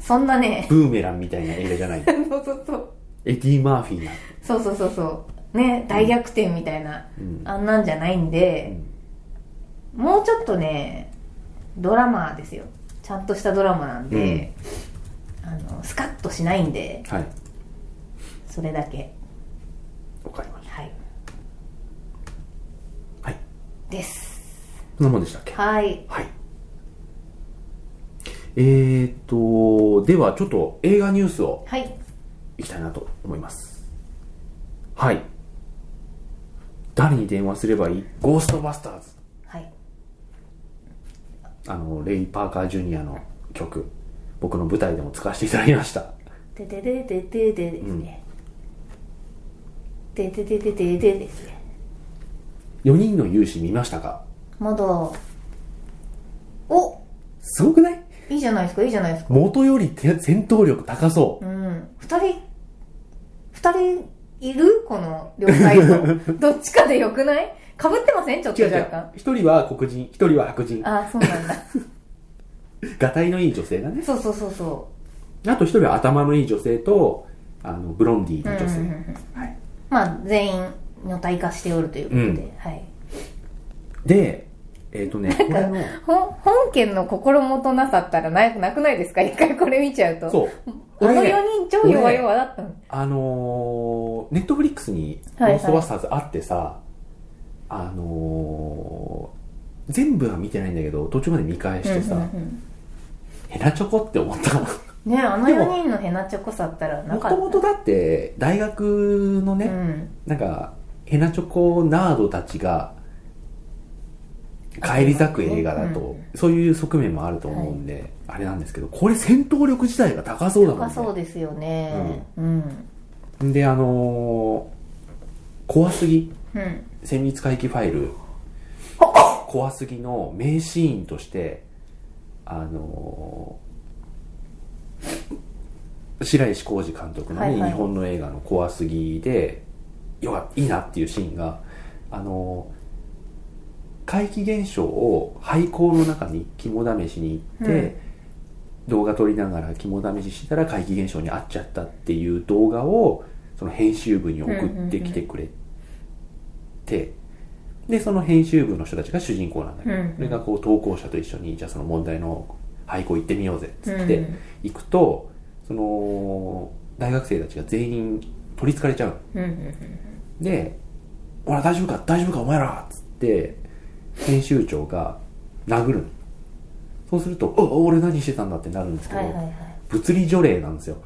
Speaker 2: そんなね
Speaker 1: ブーメランみたいな映画じゃない
Speaker 2: そうそうそう
Speaker 1: エディ・マーフィーな
Speaker 2: そうそうそうそうね大逆転みたいな、
Speaker 1: うん
Speaker 2: あんなんじゃないんで、もうちょっとねドラマですよちゃんとしたドラマなんで、あのスカッとしないんで
Speaker 1: はい
Speaker 2: それだけ
Speaker 1: わかりまし
Speaker 2: はい
Speaker 1: たはい
Speaker 2: です
Speaker 1: そんなもんでしたっけ
Speaker 2: はい
Speaker 1: はい。えー、っと、ではちょっと映画ニュースを
Speaker 2: はい
Speaker 1: いきたいなと思います。はい。誰に電話すればいいゴーストバスターズ。
Speaker 2: はい
Speaker 1: あの、レイ・パーカー・ジュニアの曲。僕の舞台でも使わせていただきました。
Speaker 2: ででででででですね、ででででででですね
Speaker 1: 4人の勇士見ましたか
Speaker 2: まだお
Speaker 1: すごくない
Speaker 2: いいじゃないですかいいじゃないですか
Speaker 1: 元よりて戦闘力高そうう。
Speaker 2: ん二人二人いるこの両サイ ドどっちかでよくないかぶってませんちょっと
Speaker 1: 違う違
Speaker 2: 若
Speaker 1: う
Speaker 2: 干。
Speaker 1: 一人は黒人、一人は白人。
Speaker 2: ああそうなんだ
Speaker 1: がたいのいい女性だね。
Speaker 2: そうそうそうそ
Speaker 1: あと一人は頭のいい女性と、あの、ブロンディー
Speaker 2: う、う
Speaker 1: の
Speaker 2: んうん
Speaker 1: 女性。
Speaker 2: うん、
Speaker 1: はい。
Speaker 2: まあ全員女体化しておるということで、はい
Speaker 1: で、えっ、とね、これの、
Speaker 2: 本本件の心もとなさったらななくないですか一回これ見ちゃうと
Speaker 1: そう。
Speaker 2: あの
Speaker 1: 俺ね
Speaker 2: 4人超弱々だったの
Speaker 1: あのー、ネットフリックスに、ゴ
Speaker 2: はいはい
Speaker 1: ーストバスターズあってさ、あのー、全部は見てないんだけど、途中まで見返してさ、
Speaker 2: うんうん
Speaker 1: ヘナチョコって思ったの。
Speaker 2: うんねあの
Speaker 1: でも
Speaker 2: 4人のヘナチョコさったらな
Speaker 1: も
Speaker 2: か
Speaker 1: と
Speaker 2: っ
Speaker 1: もとだって、大学のね、
Speaker 2: た、うん、
Speaker 1: なんか、ヘナチョコナードたちが、返り咲く映画だと、
Speaker 2: うん
Speaker 1: そういう側面もあると思うんで、あれなんですけど、これ戦闘力自体が高そうだもん
Speaker 2: 高
Speaker 1: ね。
Speaker 2: そうですよねうん、
Speaker 1: であのー怖すぎ
Speaker 2: うん
Speaker 1: 戦慄回帰ファイル怖すぎの名シーンとしてあのー白石浩二監督のね、
Speaker 2: はいはい
Speaker 1: 日本の映画の怖すぎでよかいいなっていうシーンがあのー怪奇現象を廃校の中に肝試しに行って、
Speaker 2: うん
Speaker 1: 動画撮りながら肝試ししたら怪奇現象に遭っちゃったっていう動画をその編集部に送ってきてくれて、でその編集部の人たちが主人公なんだけど、
Speaker 2: うんうん
Speaker 1: それがこう投稿者と一緒にじゃあその問題の廃校行ってみようぜっつっ
Speaker 2: う
Speaker 1: て
Speaker 2: ん
Speaker 1: 行くと、その大学生たちが全員取りつかれちゃう
Speaker 2: うんうん
Speaker 1: で「ほら大丈夫か大丈夫かお前ら」っつって編集長が殴るのそうすると「お俺何してたんだ」ってなるんですけど、
Speaker 2: はいはいはい
Speaker 1: 物理除霊なんですよ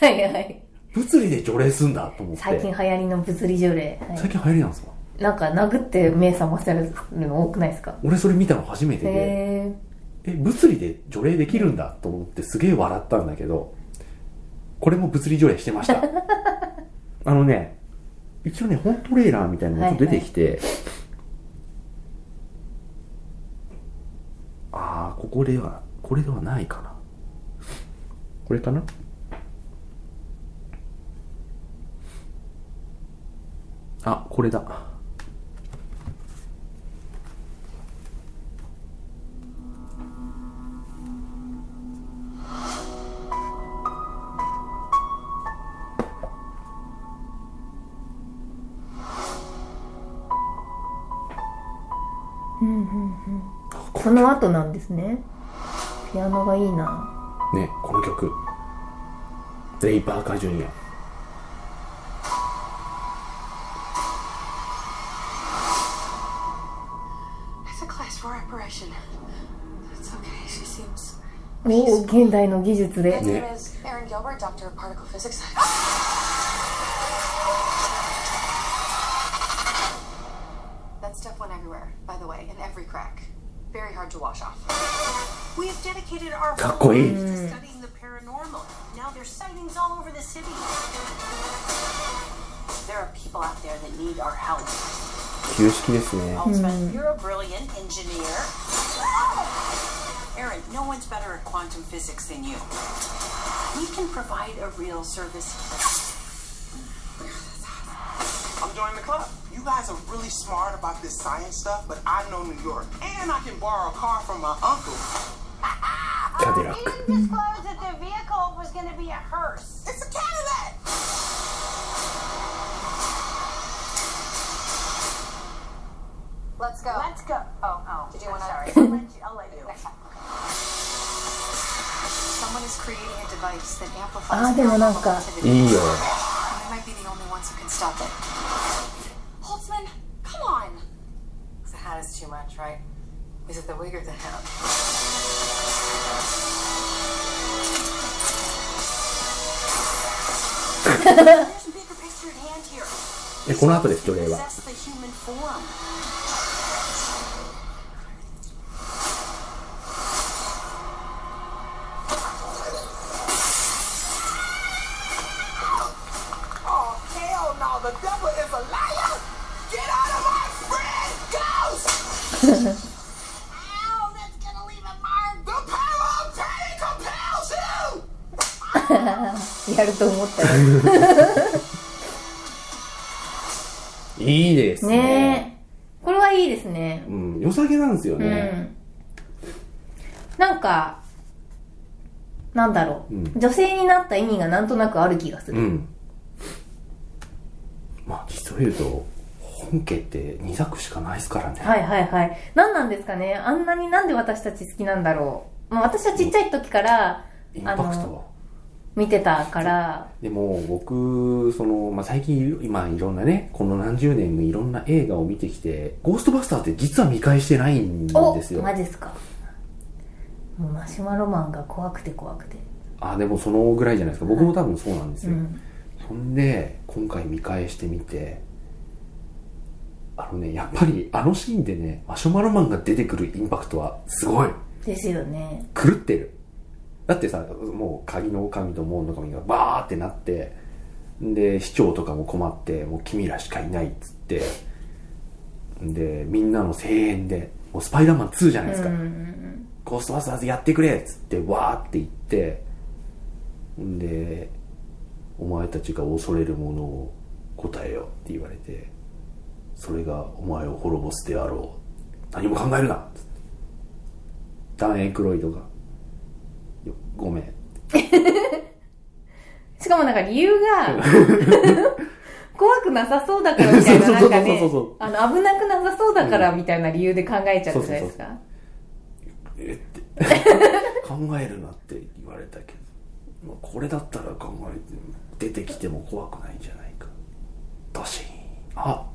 Speaker 2: はいはい
Speaker 1: 物理で除霊すんだと思って
Speaker 2: 最近流行りの物理除霊、は
Speaker 1: 最近流行りなんですか
Speaker 2: い、なんか殴って目覚ませるの多くないですか
Speaker 1: 俺それ見たの初めてで、
Speaker 2: へ
Speaker 1: え物理で除霊できるんだと思ってすげえ笑ったんだけどこれも物理除霊してました あのね一応ね本トレーラーみたいなのが出てきて、ああここではこれではないかなこれかなあこれだ
Speaker 2: ーその後なんですねピアノがいいな
Speaker 1: ねこの曲レイ・パーカー・ジュニア
Speaker 3: for reparation. It's okay. She seems.
Speaker 2: おお現代の技術で
Speaker 3: My
Speaker 1: Yeah.
Speaker 3: name is Erin Gilbert, doctor of particle physics. that stuff went everywhere, by the way, in every crack. Very hard to wash off.
Speaker 4: We have dedicated our
Speaker 1: かっこいい、
Speaker 4: to studying the paranormal. Now there's sightings all over the city. There are people out there that need our help.
Speaker 1: 旧式ですね
Speaker 4: Holtzman, you're a brilliant engineer. Aaron, no one's better at quantum physics than you. We can provide a real service.
Speaker 5: I'm joining the club. You guys are really smart about this science stuff, but I know New York. And I can borrow a car from my uncle.
Speaker 1: カデラック
Speaker 4: disclosed that their vehicle was going to be a hearse.
Speaker 5: It's a Cadillac!
Speaker 3: Let's go.
Speaker 4: Let's go. Oh, oh.
Speaker 3: Did you
Speaker 4: Did you want
Speaker 3: wanna-
Speaker 4: to? Sorry. I'll let you. I'll let you.
Speaker 3: Next time. Someone is creating a device that
Speaker 2: あ
Speaker 3: amplifies
Speaker 2: ーでもなん
Speaker 3: paranormal
Speaker 2: か
Speaker 3: activity.
Speaker 1: いいよ
Speaker 3: We might be the only ones who can stop it. Holtzman, come on! The hat is too much, right? Is it the wig or the hat?
Speaker 4: There's a bigger picture at hand here.
Speaker 1: えこの後です除霊は
Speaker 4: Possess the human form.
Speaker 5: Oh, hell no, the devil is a liar! Get out of my friend! Ghost! Ow, that's gonna leave a mark! The power of Teddy compels you!
Speaker 2: やると思ったよ
Speaker 1: いいですね
Speaker 2: ねえこれはいいですね
Speaker 1: うん、良さげなんですよ
Speaker 2: う
Speaker 1: ね、
Speaker 2: んなんかなんだろう、
Speaker 1: うん
Speaker 2: 女性になった意味がなんとなくある気がす
Speaker 1: うん
Speaker 2: る、
Speaker 1: まあ実を言うと本家って2作しかないですからね、
Speaker 2: はいはいはい何なんですかねあんなになんで私たち好きなんだろう、まあ、私はちっちゃい時から
Speaker 1: イン
Speaker 2: あ
Speaker 1: パク
Speaker 2: の
Speaker 1: ト
Speaker 2: 見てたから
Speaker 1: でも僕その、まあ、最近今いろんなねこの何十年もいろんな映画を見てきて「ゴーストバスター」って実は見返してないん
Speaker 2: お
Speaker 1: ですよ
Speaker 2: マジですかもうマシュマロマンが怖くて怖くて
Speaker 1: あでもそのぐらいじゃないですか僕も多分そうなんです
Speaker 2: う
Speaker 1: よ、
Speaker 2: ん
Speaker 1: ほんで今回見返してみてあのねやっぱりあのシーンでねマシュマロマンが出てくるインパクトはすごい
Speaker 2: ですよね
Speaker 1: 狂ってるだってさもう鍵の狼と門の神がバーってなってで市長とかも困ってもう君らしかいないっつってでみんなの声援でもうスパイダーマン2じゃないですか、ゴーストバスターズやってくれっつってわーって言ってんでお前たちが恐れるものを答えよって言われてそれがお前を滅ぼすであろう何も考えるなっつってダン・エイクロイドがよごめん
Speaker 2: しかもなんか理由 が怖くなさそうだからみたいななんかね
Speaker 1: そうそうそう
Speaker 2: あの危なくなさそうだからみたいな理由で考えちゃったじゃないですか、
Speaker 1: えって考えるなって言われたけどまあこれだったら考えて出てきても怖くないんじゃないかドシーンあ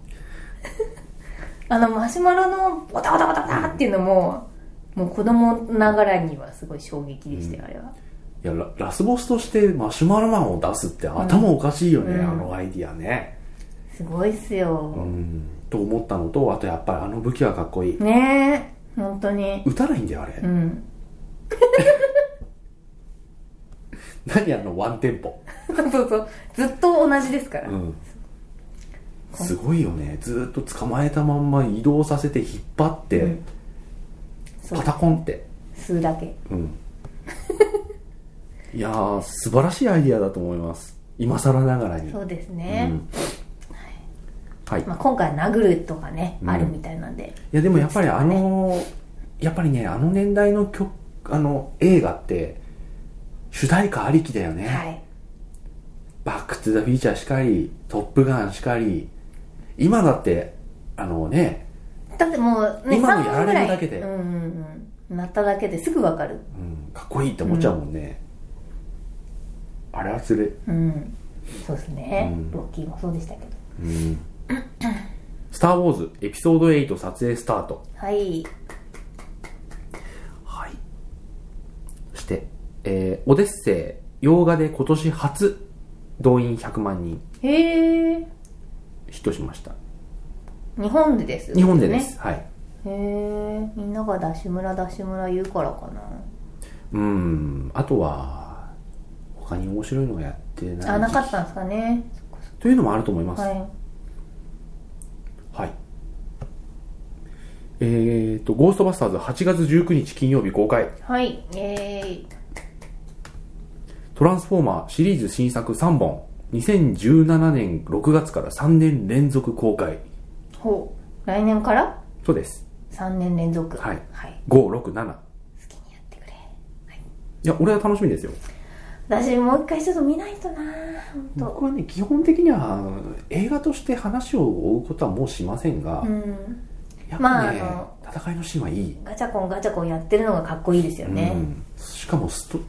Speaker 2: あのマシュマロのボタボタボタボタっていうのも、もう子供ながらにはすごい衝撃でしたよ、あれは。
Speaker 1: いやララスボスとしてマシュマロマンを出すって頭おかしいよね、あのアイディアね、
Speaker 2: すごいっすよ。
Speaker 1: うん、と思ったのとあとやっぱりあの武器はかっこいい、
Speaker 2: ねえ、本当に。
Speaker 1: 撃たないんだよあれ、
Speaker 2: うん。
Speaker 1: 何あのワンテンポ、
Speaker 2: そうそう。ずっと同じですから。
Speaker 1: うん、すごいよねずーっと捕まえたまんま移動させて引っ張って、
Speaker 2: うんそう
Speaker 1: パタコンって
Speaker 2: 数だけ。
Speaker 1: うん。いやー、素晴らしいアイディアだと思います。今更ながらに。
Speaker 2: そうです
Speaker 1: う
Speaker 2: ね。
Speaker 1: ん。はい。い
Speaker 2: まあ、今回殴るとかね、
Speaker 1: うん
Speaker 2: あるみたいなんで。
Speaker 1: や、でもやっぱりあの、やっぱりね、あの年代の曲、あの、映画って、主題歌ありきだよね。
Speaker 2: はい。
Speaker 1: バックトゥザフィーチャーしかり、トップガンしかり、今だって、あのね、
Speaker 2: だってもうね、
Speaker 1: 今の
Speaker 2: 3
Speaker 1: やられる
Speaker 2: 分ぐらい。
Speaker 1: だけで
Speaker 2: うんうんうん。なっただけですぐわかる。
Speaker 1: うん、かっこいいって思っちゃうもんね。あれはつれ、
Speaker 2: うん。そうですね。
Speaker 1: うん
Speaker 2: ロッキーもそうでしたけど。
Speaker 1: スター・ウォーズエピソード8撮影スタート。
Speaker 2: はい。
Speaker 1: して、えーオデッセイ、洋画で今年初、動員100万人
Speaker 2: へえ
Speaker 1: ヒットしました。
Speaker 2: 日本でですよね
Speaker 1: 日本でです。はい。
Speaker 2: へえみんながダシ村ダシ村言うからかな
Speaker 1: うん、あとは、他に面白いのがやってない。
Speaker 2: あなかったんですかね
Speaker 1: というのもあると思います。
Speaker 2: は
Speaker 1: はい。
Speaker 2: い
Speaker 1: えーと、ゴーストバスターズ8月19日金曜日公開。
Speaker 2: はいイエーイ
Speaker 1: トランスフォーマーシリーズ新作3本。2017年6月から3年連続公開。
Speaker 2: ほう来年から
Speaker 1: そうです。
Speaker 2: 3年連続
Speaker 1: はい
Speaker 2: はい、
Speaker 1: 5、6、7。
Speaker 2: 好きにやってくれ
Speaker 1: いや、俺は楽しみですよ。
Speaker 2: 私もう一回ちょっと見ないとな本当
Speaker 1: 僕はね、基本的には映画として話を追うことはもうしませんが、
Speaker 2: うん
Speaker 1: やっ
Speaker 2: まあ
Speaker 1: ぱね、
Speaker 2: あの
Speaker 1: 戦いのシーンはいい。
Speaker 2: ガチャコンガチャコンやってるのがかっこいいですよね
Speaker 1: うん、しかもスト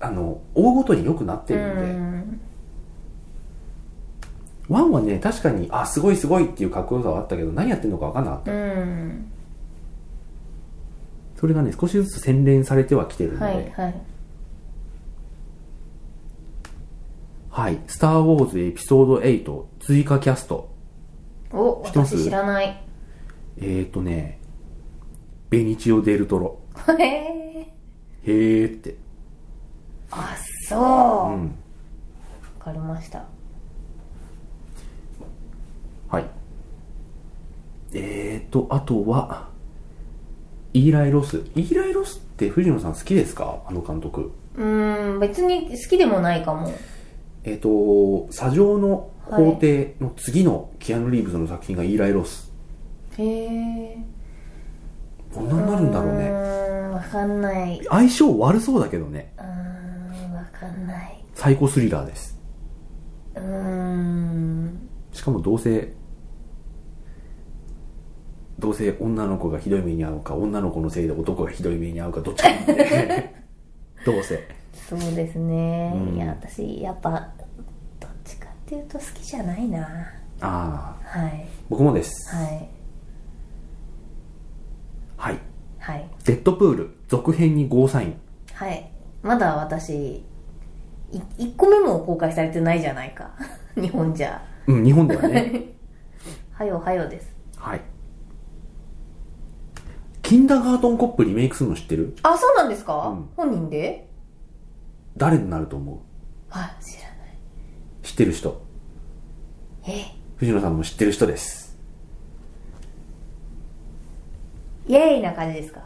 Speaker 1: あの追うごとによくなってるので、
Speaker 2: うん
Speaker 1: ワンはね確かにあすごいすごいっていうかっこよさはあったけど何やってるのか分かんなかった、
Speaker 2: うん
Speaker 1: それがね少しずつ洗練されてはきてるので、
Speaker 2: は
Speaker 1: はいい
Speaker 2: はい
Speaker 1: スター・ウォーズ」エピソード8追加キャスト
Speaker 2: お
Speaker 1: 知ってます
Speaker 2: 私知らない
Speaker 1: えっ、ー、とねベニチオ・デルトロ
Speaker 2: へえ
Speaker 1: へーって
Speaker 2: あそうわ、
Speaker 1: うん
Speaker 2: かりました
Speaker 1: はいえーとあとはイーライ・ロスイーライ・ロスって藤野さん好きですかあの監督
Speaker 2: うーん別に好きでもないかも
Speaker 1: えっ、と、砂上の皇帝の次のキアヌ・リーブズの作品がイーライ・ロス。
Speaker 2: へえ
Speaker 1: どんなになるんだろうね。
Speaker 2: ーんわかんない
Speaker 1: 相性悪そうだけどね。
Speaker 2: うーんわかんない
Speaker 1: サイコスリラーです。
Speaker 2: うーん
Speaker 1: しかもどうせ、どうせ女の子がひどい目に遭うか、女の子のせいで男がひどい目に遭うか、どっちかなんで。 どうせ。
Speaker 2: そうですね、
Speaker 1: うん
Speaker 2: いや私やっぱどっちかっていうと好きじゃないな
Speaker 1: ああ、
Speaker 2: はい
Speaker 1: 僕もです。
Speaker 2: はい
Speaker 1: はい。
Speaker 2: はい
Speaker 1: デッドプール、続編にゴーサイン。
Speaker 2: はいまだ私い1個目も公開されてないじゃないか 日本じゃ
Speaker 1: うん、日本ではね。
Speaker 2: はよはよです
Speaker 1: はい。キンダーガートンコップリメイクするの知ってる
Speaker 2: あそうなんですか、
Speaker 1: うん
Speaker 2: 本人で
Speaker 1: 誰になると思う
Speaker 2: はい知らない
Speaker 1: 知ってる人
Speaker 2: え
Speaker 1: 藤野さんも知ってる人です
Speaker 2: イエーイな感じですか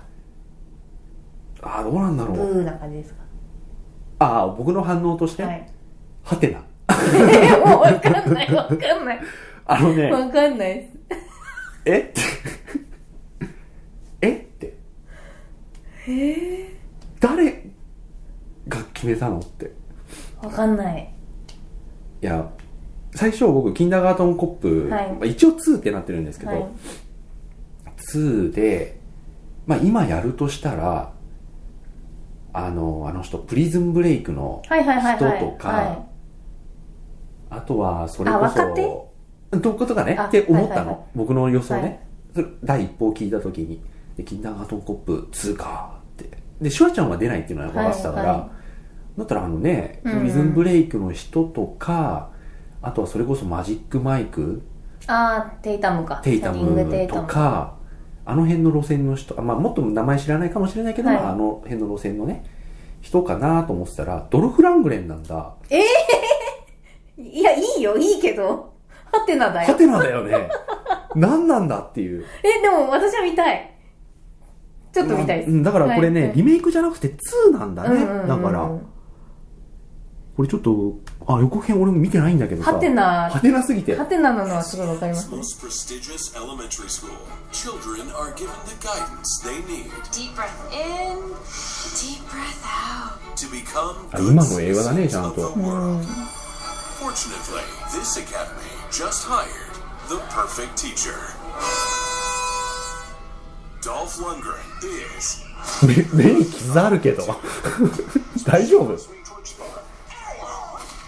Speaker 1: ああどうなんだろ
Speaker 2: ブ
Speaker 1: う
Speaker 2: ーな感じですか
Speaker 1: ああ僕の反応として
Speaker 2: は
Speaker 1: はいてな
Speaker 2: えもうわかんないわかんない
Speaker 1: あのね
Speaker 2: わかんないです
Speaker 1: えって えってえ誰が決めたのって
Speaker 2: わかんない
Speaker 1: いや最初僕キンダーガートンコップ、
Speaker 2: はい
Speaker 1: まあ一応2ってなってるんですけど、
Speaker 2: はい
Speaker 1: 2で、まあ、今やるとしたらあのあの人プリズンブレイクの
Speaker 2: はいはいはいはい
Speaker 1: 人とか
Speaker 2: は
Speaker 1: あとは、それ
Speaker 2: あ
Speaker 1: こ
Speaker 2: 若手
Speaker 1: そ、どういうことかね
Speaker 2: あ
Speaker 1: って思ったの、
Speaker 2: はいはいはい
Speaker 1: 僕の予想ね。
Speaker 2: はい
Speaker 1: それ第一報を聞いたときに、で、キンダーガートンコップ2かって。で、シュワちゃんは出ないっていうのは分かってたから、
Speaker 2: はいは
Speaker 1: だったらあのね、
Speaker 2: うんうん
Speaker 1: リズムブレイクの人とか、あとはそれこそマジックマイク、
Speaker 2: いあーテイタムか
Speaker 1: テイタ
Speaker 2: シャニン
Speaker 1: ム
Speaker 2: グテイタ
Speaker 1: と
Speaker 2: ム
Speaker 1: か、あの辺の路線の人、あまあ、もっと名前知らないかもしれないけど、
Speaker 2: はい
Speaker 1: まああの辺の路線のね、人かなと思ってたら、ドルフ・ラングレンなんだ。
Speaker 2: いやいいよいいけど ハテナだ
Speaker 1: ハ
Speaker 2: よ
Speaker 1: テナだよ ね。何なんだっていう。
Speaker 2: えでも私は見たいちょっと見たいです、
Speaker 1: うんだからこれね、
Speaker 2: はい
Speaker 1: リメイクじゃなくて2なんだね、
Speaker 2: うんうんうんうん
Speaker 1: だからこれちょっとあ予告編俺も見てないんだけどさ
Speaker 2: ハテナ
Speaker 1: ハテナすぎて
Speaker 2: ハテナなのはすごいわかりま
Speaker 6: Its
Speaker 2: すね
Speaker 6: most prestigious elementary school. Children are given the guidance they need
Speaker 3: Deep breath in, deep breath out.
Speaker 6: to become
Speaker 1: あ
Speaker 6: good
Speaker 1: 今の映画だね
Speaker 6: citizens
Speaker 1: ちゃん
Speaker 6: of
Speaker 1: と
Speaker 6: the world. Fortunately, this academy just hired the perfect teacher. Dolph Lundgren is
Speaker 1: 目目に傷あるけど 大丈夫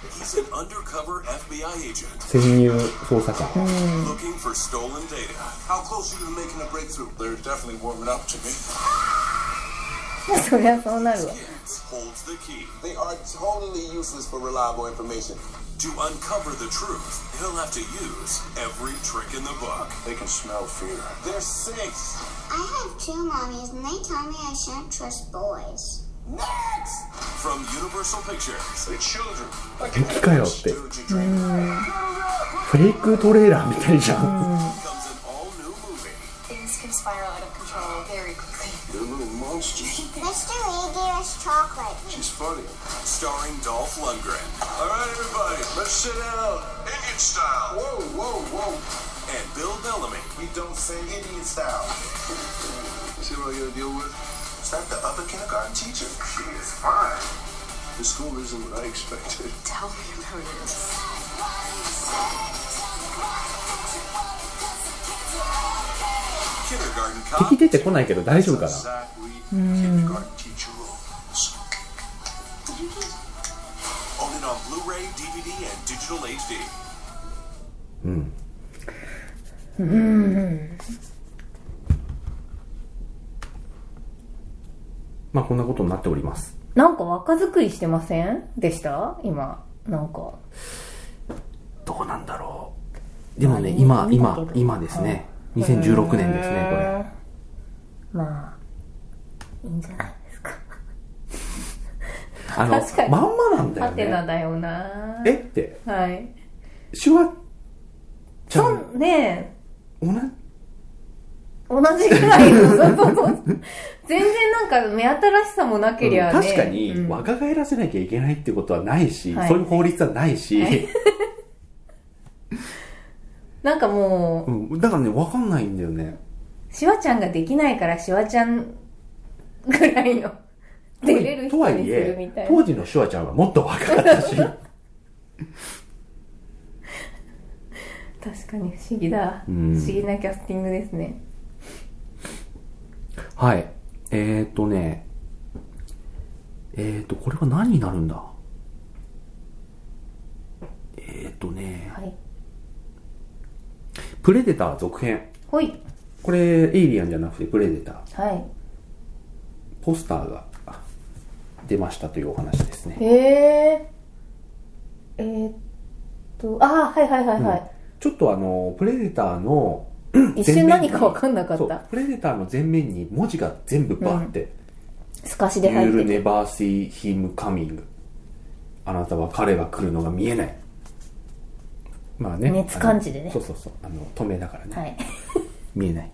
Speaker 6: he's an undercover FBI agent
Speaker 1: 潜入捜査官
Speaker 6: looking for stolen data.
Speaker 5: How close are you to making a breakthrough?
Speaker 6: They're definitely warming up to me.
Speaker 2: そりゃそうなるわ
Speaker 6: Gibbs holds the key.
Speaker 5: They are totally useless for reliable information.
Speaker 6: To uncover the truth, he'll have to use every trick in the book.
Speaker 7: They can smell fear.
Speaker 5: They're six.
Speaker 8: I have two mommies, and they tell me I shouldn't trust boys.
Speaker 5: Next!
Speaker 6: From Universal Pictures,
Speaker 7: The children.
Speaker 1: 敵かよって。
Speaker 6: Doogie Dream
Speaker 1: フェイクトレーラーみたいじゃん。
Speaker 6: becomes an all-new movie.
Speaker 3: Things can spiral out of control very quickly.
Speaker 7: They're little monsters.
Speaker 8: Mr. Lee gave us chocolate.
Speaker 7: She's funny.
Speaker 6: Starring Dolph Lundgren
Speaker 7: All right, everybody, let's sit down. Indian style.
Speaker 5: Whoa, whoa, whoa.
Speaker 6: and Bill Bellamy.
Speaker 5: We don't say Indian style.
Speaker 7: See what I gotta deal with?
Speaker 5: Is that the other kindergarten teacher?
Speaker 7: She is fine. The school isn't what I expected.
Speaker 3: Tell me about it.
Speaker 6: Kindergarten
Speaker 1: 敵
Speaker 6: Cop.
Speaker 1: 出てこないけど大丈夫かな
Speaker 7: Exactly. Kindergarten teacher roles.
Speaker 6: Own it on Blu-ray, DVD, and digital HD.
Speaker 1: まあこんなことになっております。
Speaker 2: なんか若作りしてませんでした今なんか
Speaker 1: どうなんだろう。でもね、今、今、今ですね。2016年ですね、これ。
Speaker 2: まあいいんじゃないですか
Speaker 1: あの
Speaker 2: 確か、に
Speaker 1: まんまなんだ
Speaker 2: ハ
Speaker 1: よ
Speaker 2: テナ
Speaker 1: ね。
Speaker 2: だよな
Speaker 1: えって、
Speaker 2: はい
Speaker 1: シュワちゃ
Speaker 2: そ
Speaker 1: ん、
Speaker 2: んねえ
Speaker 1: 同じ
Speaker 2: 同じぐらいのそうそうそう 全然なんか目新しさもなけりゃ、ね
Speaker 1: うん確かに、
Speaker 2: うん
Speaker 1: 若返らせなきゃいけないってことはないし、
Speaker 2: はい
Speaker 1: そういう法律はないし、
Speaker 2: なんかも
Speaker 1: うん、だからね、わかんないんだよね。
Speaker 2: うシワちゃんができないからシワちゃんぐらいの出れる
Speaker 1: とは
Speaker 2: 人
Speaker 1: い
Speaker 2: にするみた
Speaker 1: え、
Speaker 2: いな
Speaker 1: 当時のシュワちゃんはもっと若かったし、
Speaker 2: 確かに不思議だ、不思議なキャスティングですね
Speaker 1: はい。えー、っとね、えー、っと、これは何になるんだえー、っとね、
Speaker 2: はい
Speaker 1: プレデター続編。
Speaker 2: ほい
Speaker 1: これ、エイリアンじゃなくてプレデター。
Speaker 2: はい
Speaker 1: ポスターがあ出ましたというお話ですね。
Speaker 2: えー、えー、っとあーはいはいはいはい、
Speaker 1: ちょっとあの、プレデターの、
Speaker 2: 一瞬何か分かんなかっ
Speaker 1: そ
Speaker 2: た
Speaker 1: うプレデターの前面に文字が全部バーって
Speaker 2: 透か
Speaker 1: 「
Speaker 2: しで
Speaker 1: You
Speaker 2: 入
Speaker 1: will
Speaker 2: ってて
Speaker 1: never see him coming」あなたは彼が来るのが見えないまあね
Speaker 2: 熱感じでね
Speaker 1: あのそうそうそうあの透明だからね、
Speaker 2: はい
Speaker 1: 見えないっ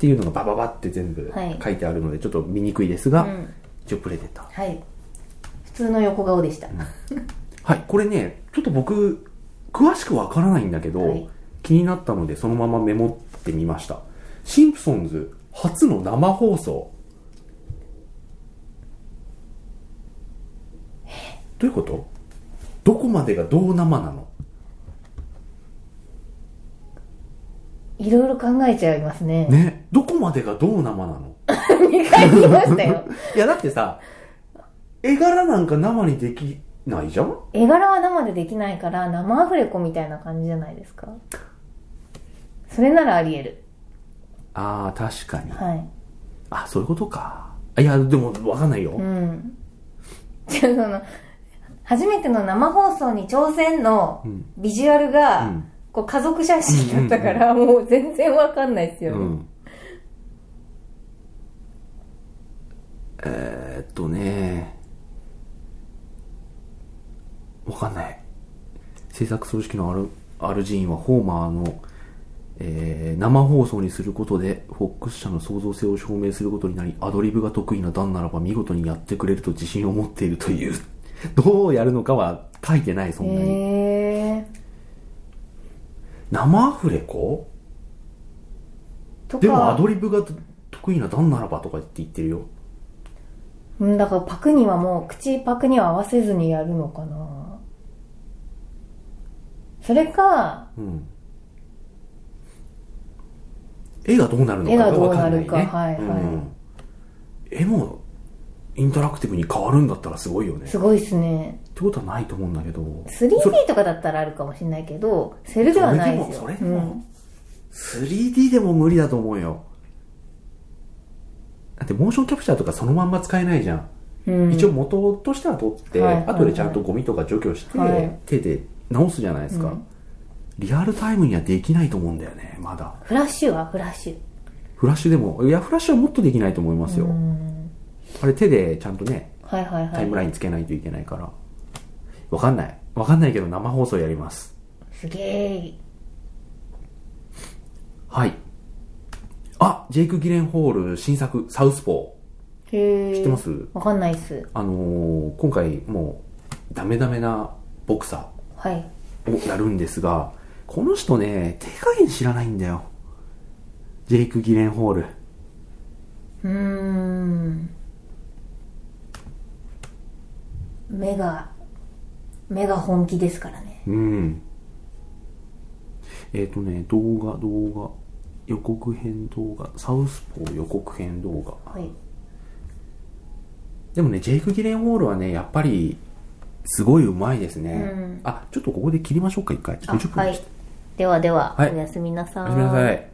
Speaker 1: ていうのがバババって全部
Speaker 2: はい
Speaker 1: 書いてあるのでちょっと見にくいですが、
Speaker 2: ん
Speaker 1: 一応プレデター
Speaker 2: はい普通の横顔でした、
Speaker 1: はいこれねちょっと僕詳しくわからないんだけど、
Speaker 2: はい
Speaker 1: 気になったのでそのままメモってみましたシンプソンズ初の生放送どういうことどこまでがどう生なの
Speaker 2: いろいろ考えちゃいますね
Speaker 1: ねどこまでがどう生なの
Speaker 2: 2回言いまし たよ
Speaker 1: いやだってさ絵柄なんか生にできないじゃん
Speaker 2: 絵柄は生でできないから生アフレコみたいな感じじゃないですかそれならあり得る
Speaker 1: ああ確かに
Speaker 2: はい
Speaker 1: あそういうことかいやでもわかんないよ、
Speaker 2: うんじゃあその初めての生放送に挑戦のビジュアルが、
Speaker 1: ん
Speaker 2: こう家族写真だったから、もう全然わかんないですよね、
Speaker 1: うん、えー、っとねわかんない制作組織のアルアルジーンはホーマーの、えー生放送にすることでフォックス社の創造性を証明することになりアドリブが得意な段ならば見事にやってくれると自信を持っているという どうやるのかは書いてないそんなに、
Speaker 2: へえ
Speaker 1: 生アフレコ
Speaker 2: と
Speaker 1: でもア
Speaker 2: か
Speaker 1: ドリブが得意な段ならばとかって言ってるよ
Speaker 2: うんだからパクにはもう口パクには合わせずにやるのかなそれか
Speaker 1: うん絵がどうなるのかが分かんないね
Speaker 2: 絵がどうなるかはいはい
Speaker 1: うん絵もインタラクティブに変わるんだったらすごいよねっ
Speaker 2: すごいですね
Speaker 1: てことはないと思うんだけど
Speaker 2: 3D とかだったらあるかもしれないけどセルではないですよ
Speaker 1: それでもそれでも 3D でも無理だと思うよだっってモーションキャプチャーとかそのまんま使えないじゃん、
Speaker 2: うん
Speaker 1: 一応元としては取って、
Speaker 2: はい
Speaker 1: 後でちゃんとゴミとか除去して、
Speaker 2: はい
Speaker 1: 手で直すじゃないですか、リアルタイムにはできないと思うんだよねまだ
Speaker 2: フラッシュはフラッシュ
Speaker 1: フラッシュでもいやフラッシュはもっとできないと思いますよ、あれ手でちゃんとね
Speaker 2: はいはいは
Speaker 1: タイム
Speaker 2: い
Speaker 1: ラインつけないといけないから、わかんないわかんないけど生放送やります
Speaker 2: すげえ
Speaker 1: はいあジェイク・ギレンホール新作「サウスポ
Speaker 2: へえ
Speaker 1: ー」知ってます、
Speaker 2: わかんないっす
Speaker 1: あのー今回もうダメダメなボクサ
Speaker 2: はい
Speaker 1: ーをやるんですがこの人ね手加減知らないんだよジェイク・ギレンホール
Speaker 2: うーん目が目が本気ですからね
Speaker 1: うんえっ、とね動画動画予告編動画サウスポー予告編動画
Speaker 2: はい
Speaker 1: でもね、ジェイク・ギレンホールはね、やっぱり、すごい上手いですね。
Speaker 2: うん
Speaker 1: あ、ちょっとここで切りましょうか、一回。
Speaker 2: あ
Speaker 1: 50分
Speaker 2: は
Speaker 1: で
Speaker 2: い
Speaker 1: した。
Speaker 2: ではでは、
Speaker 1: はい
Speaker 2: おやすみなさ
Speaker 1: おやすみなさい。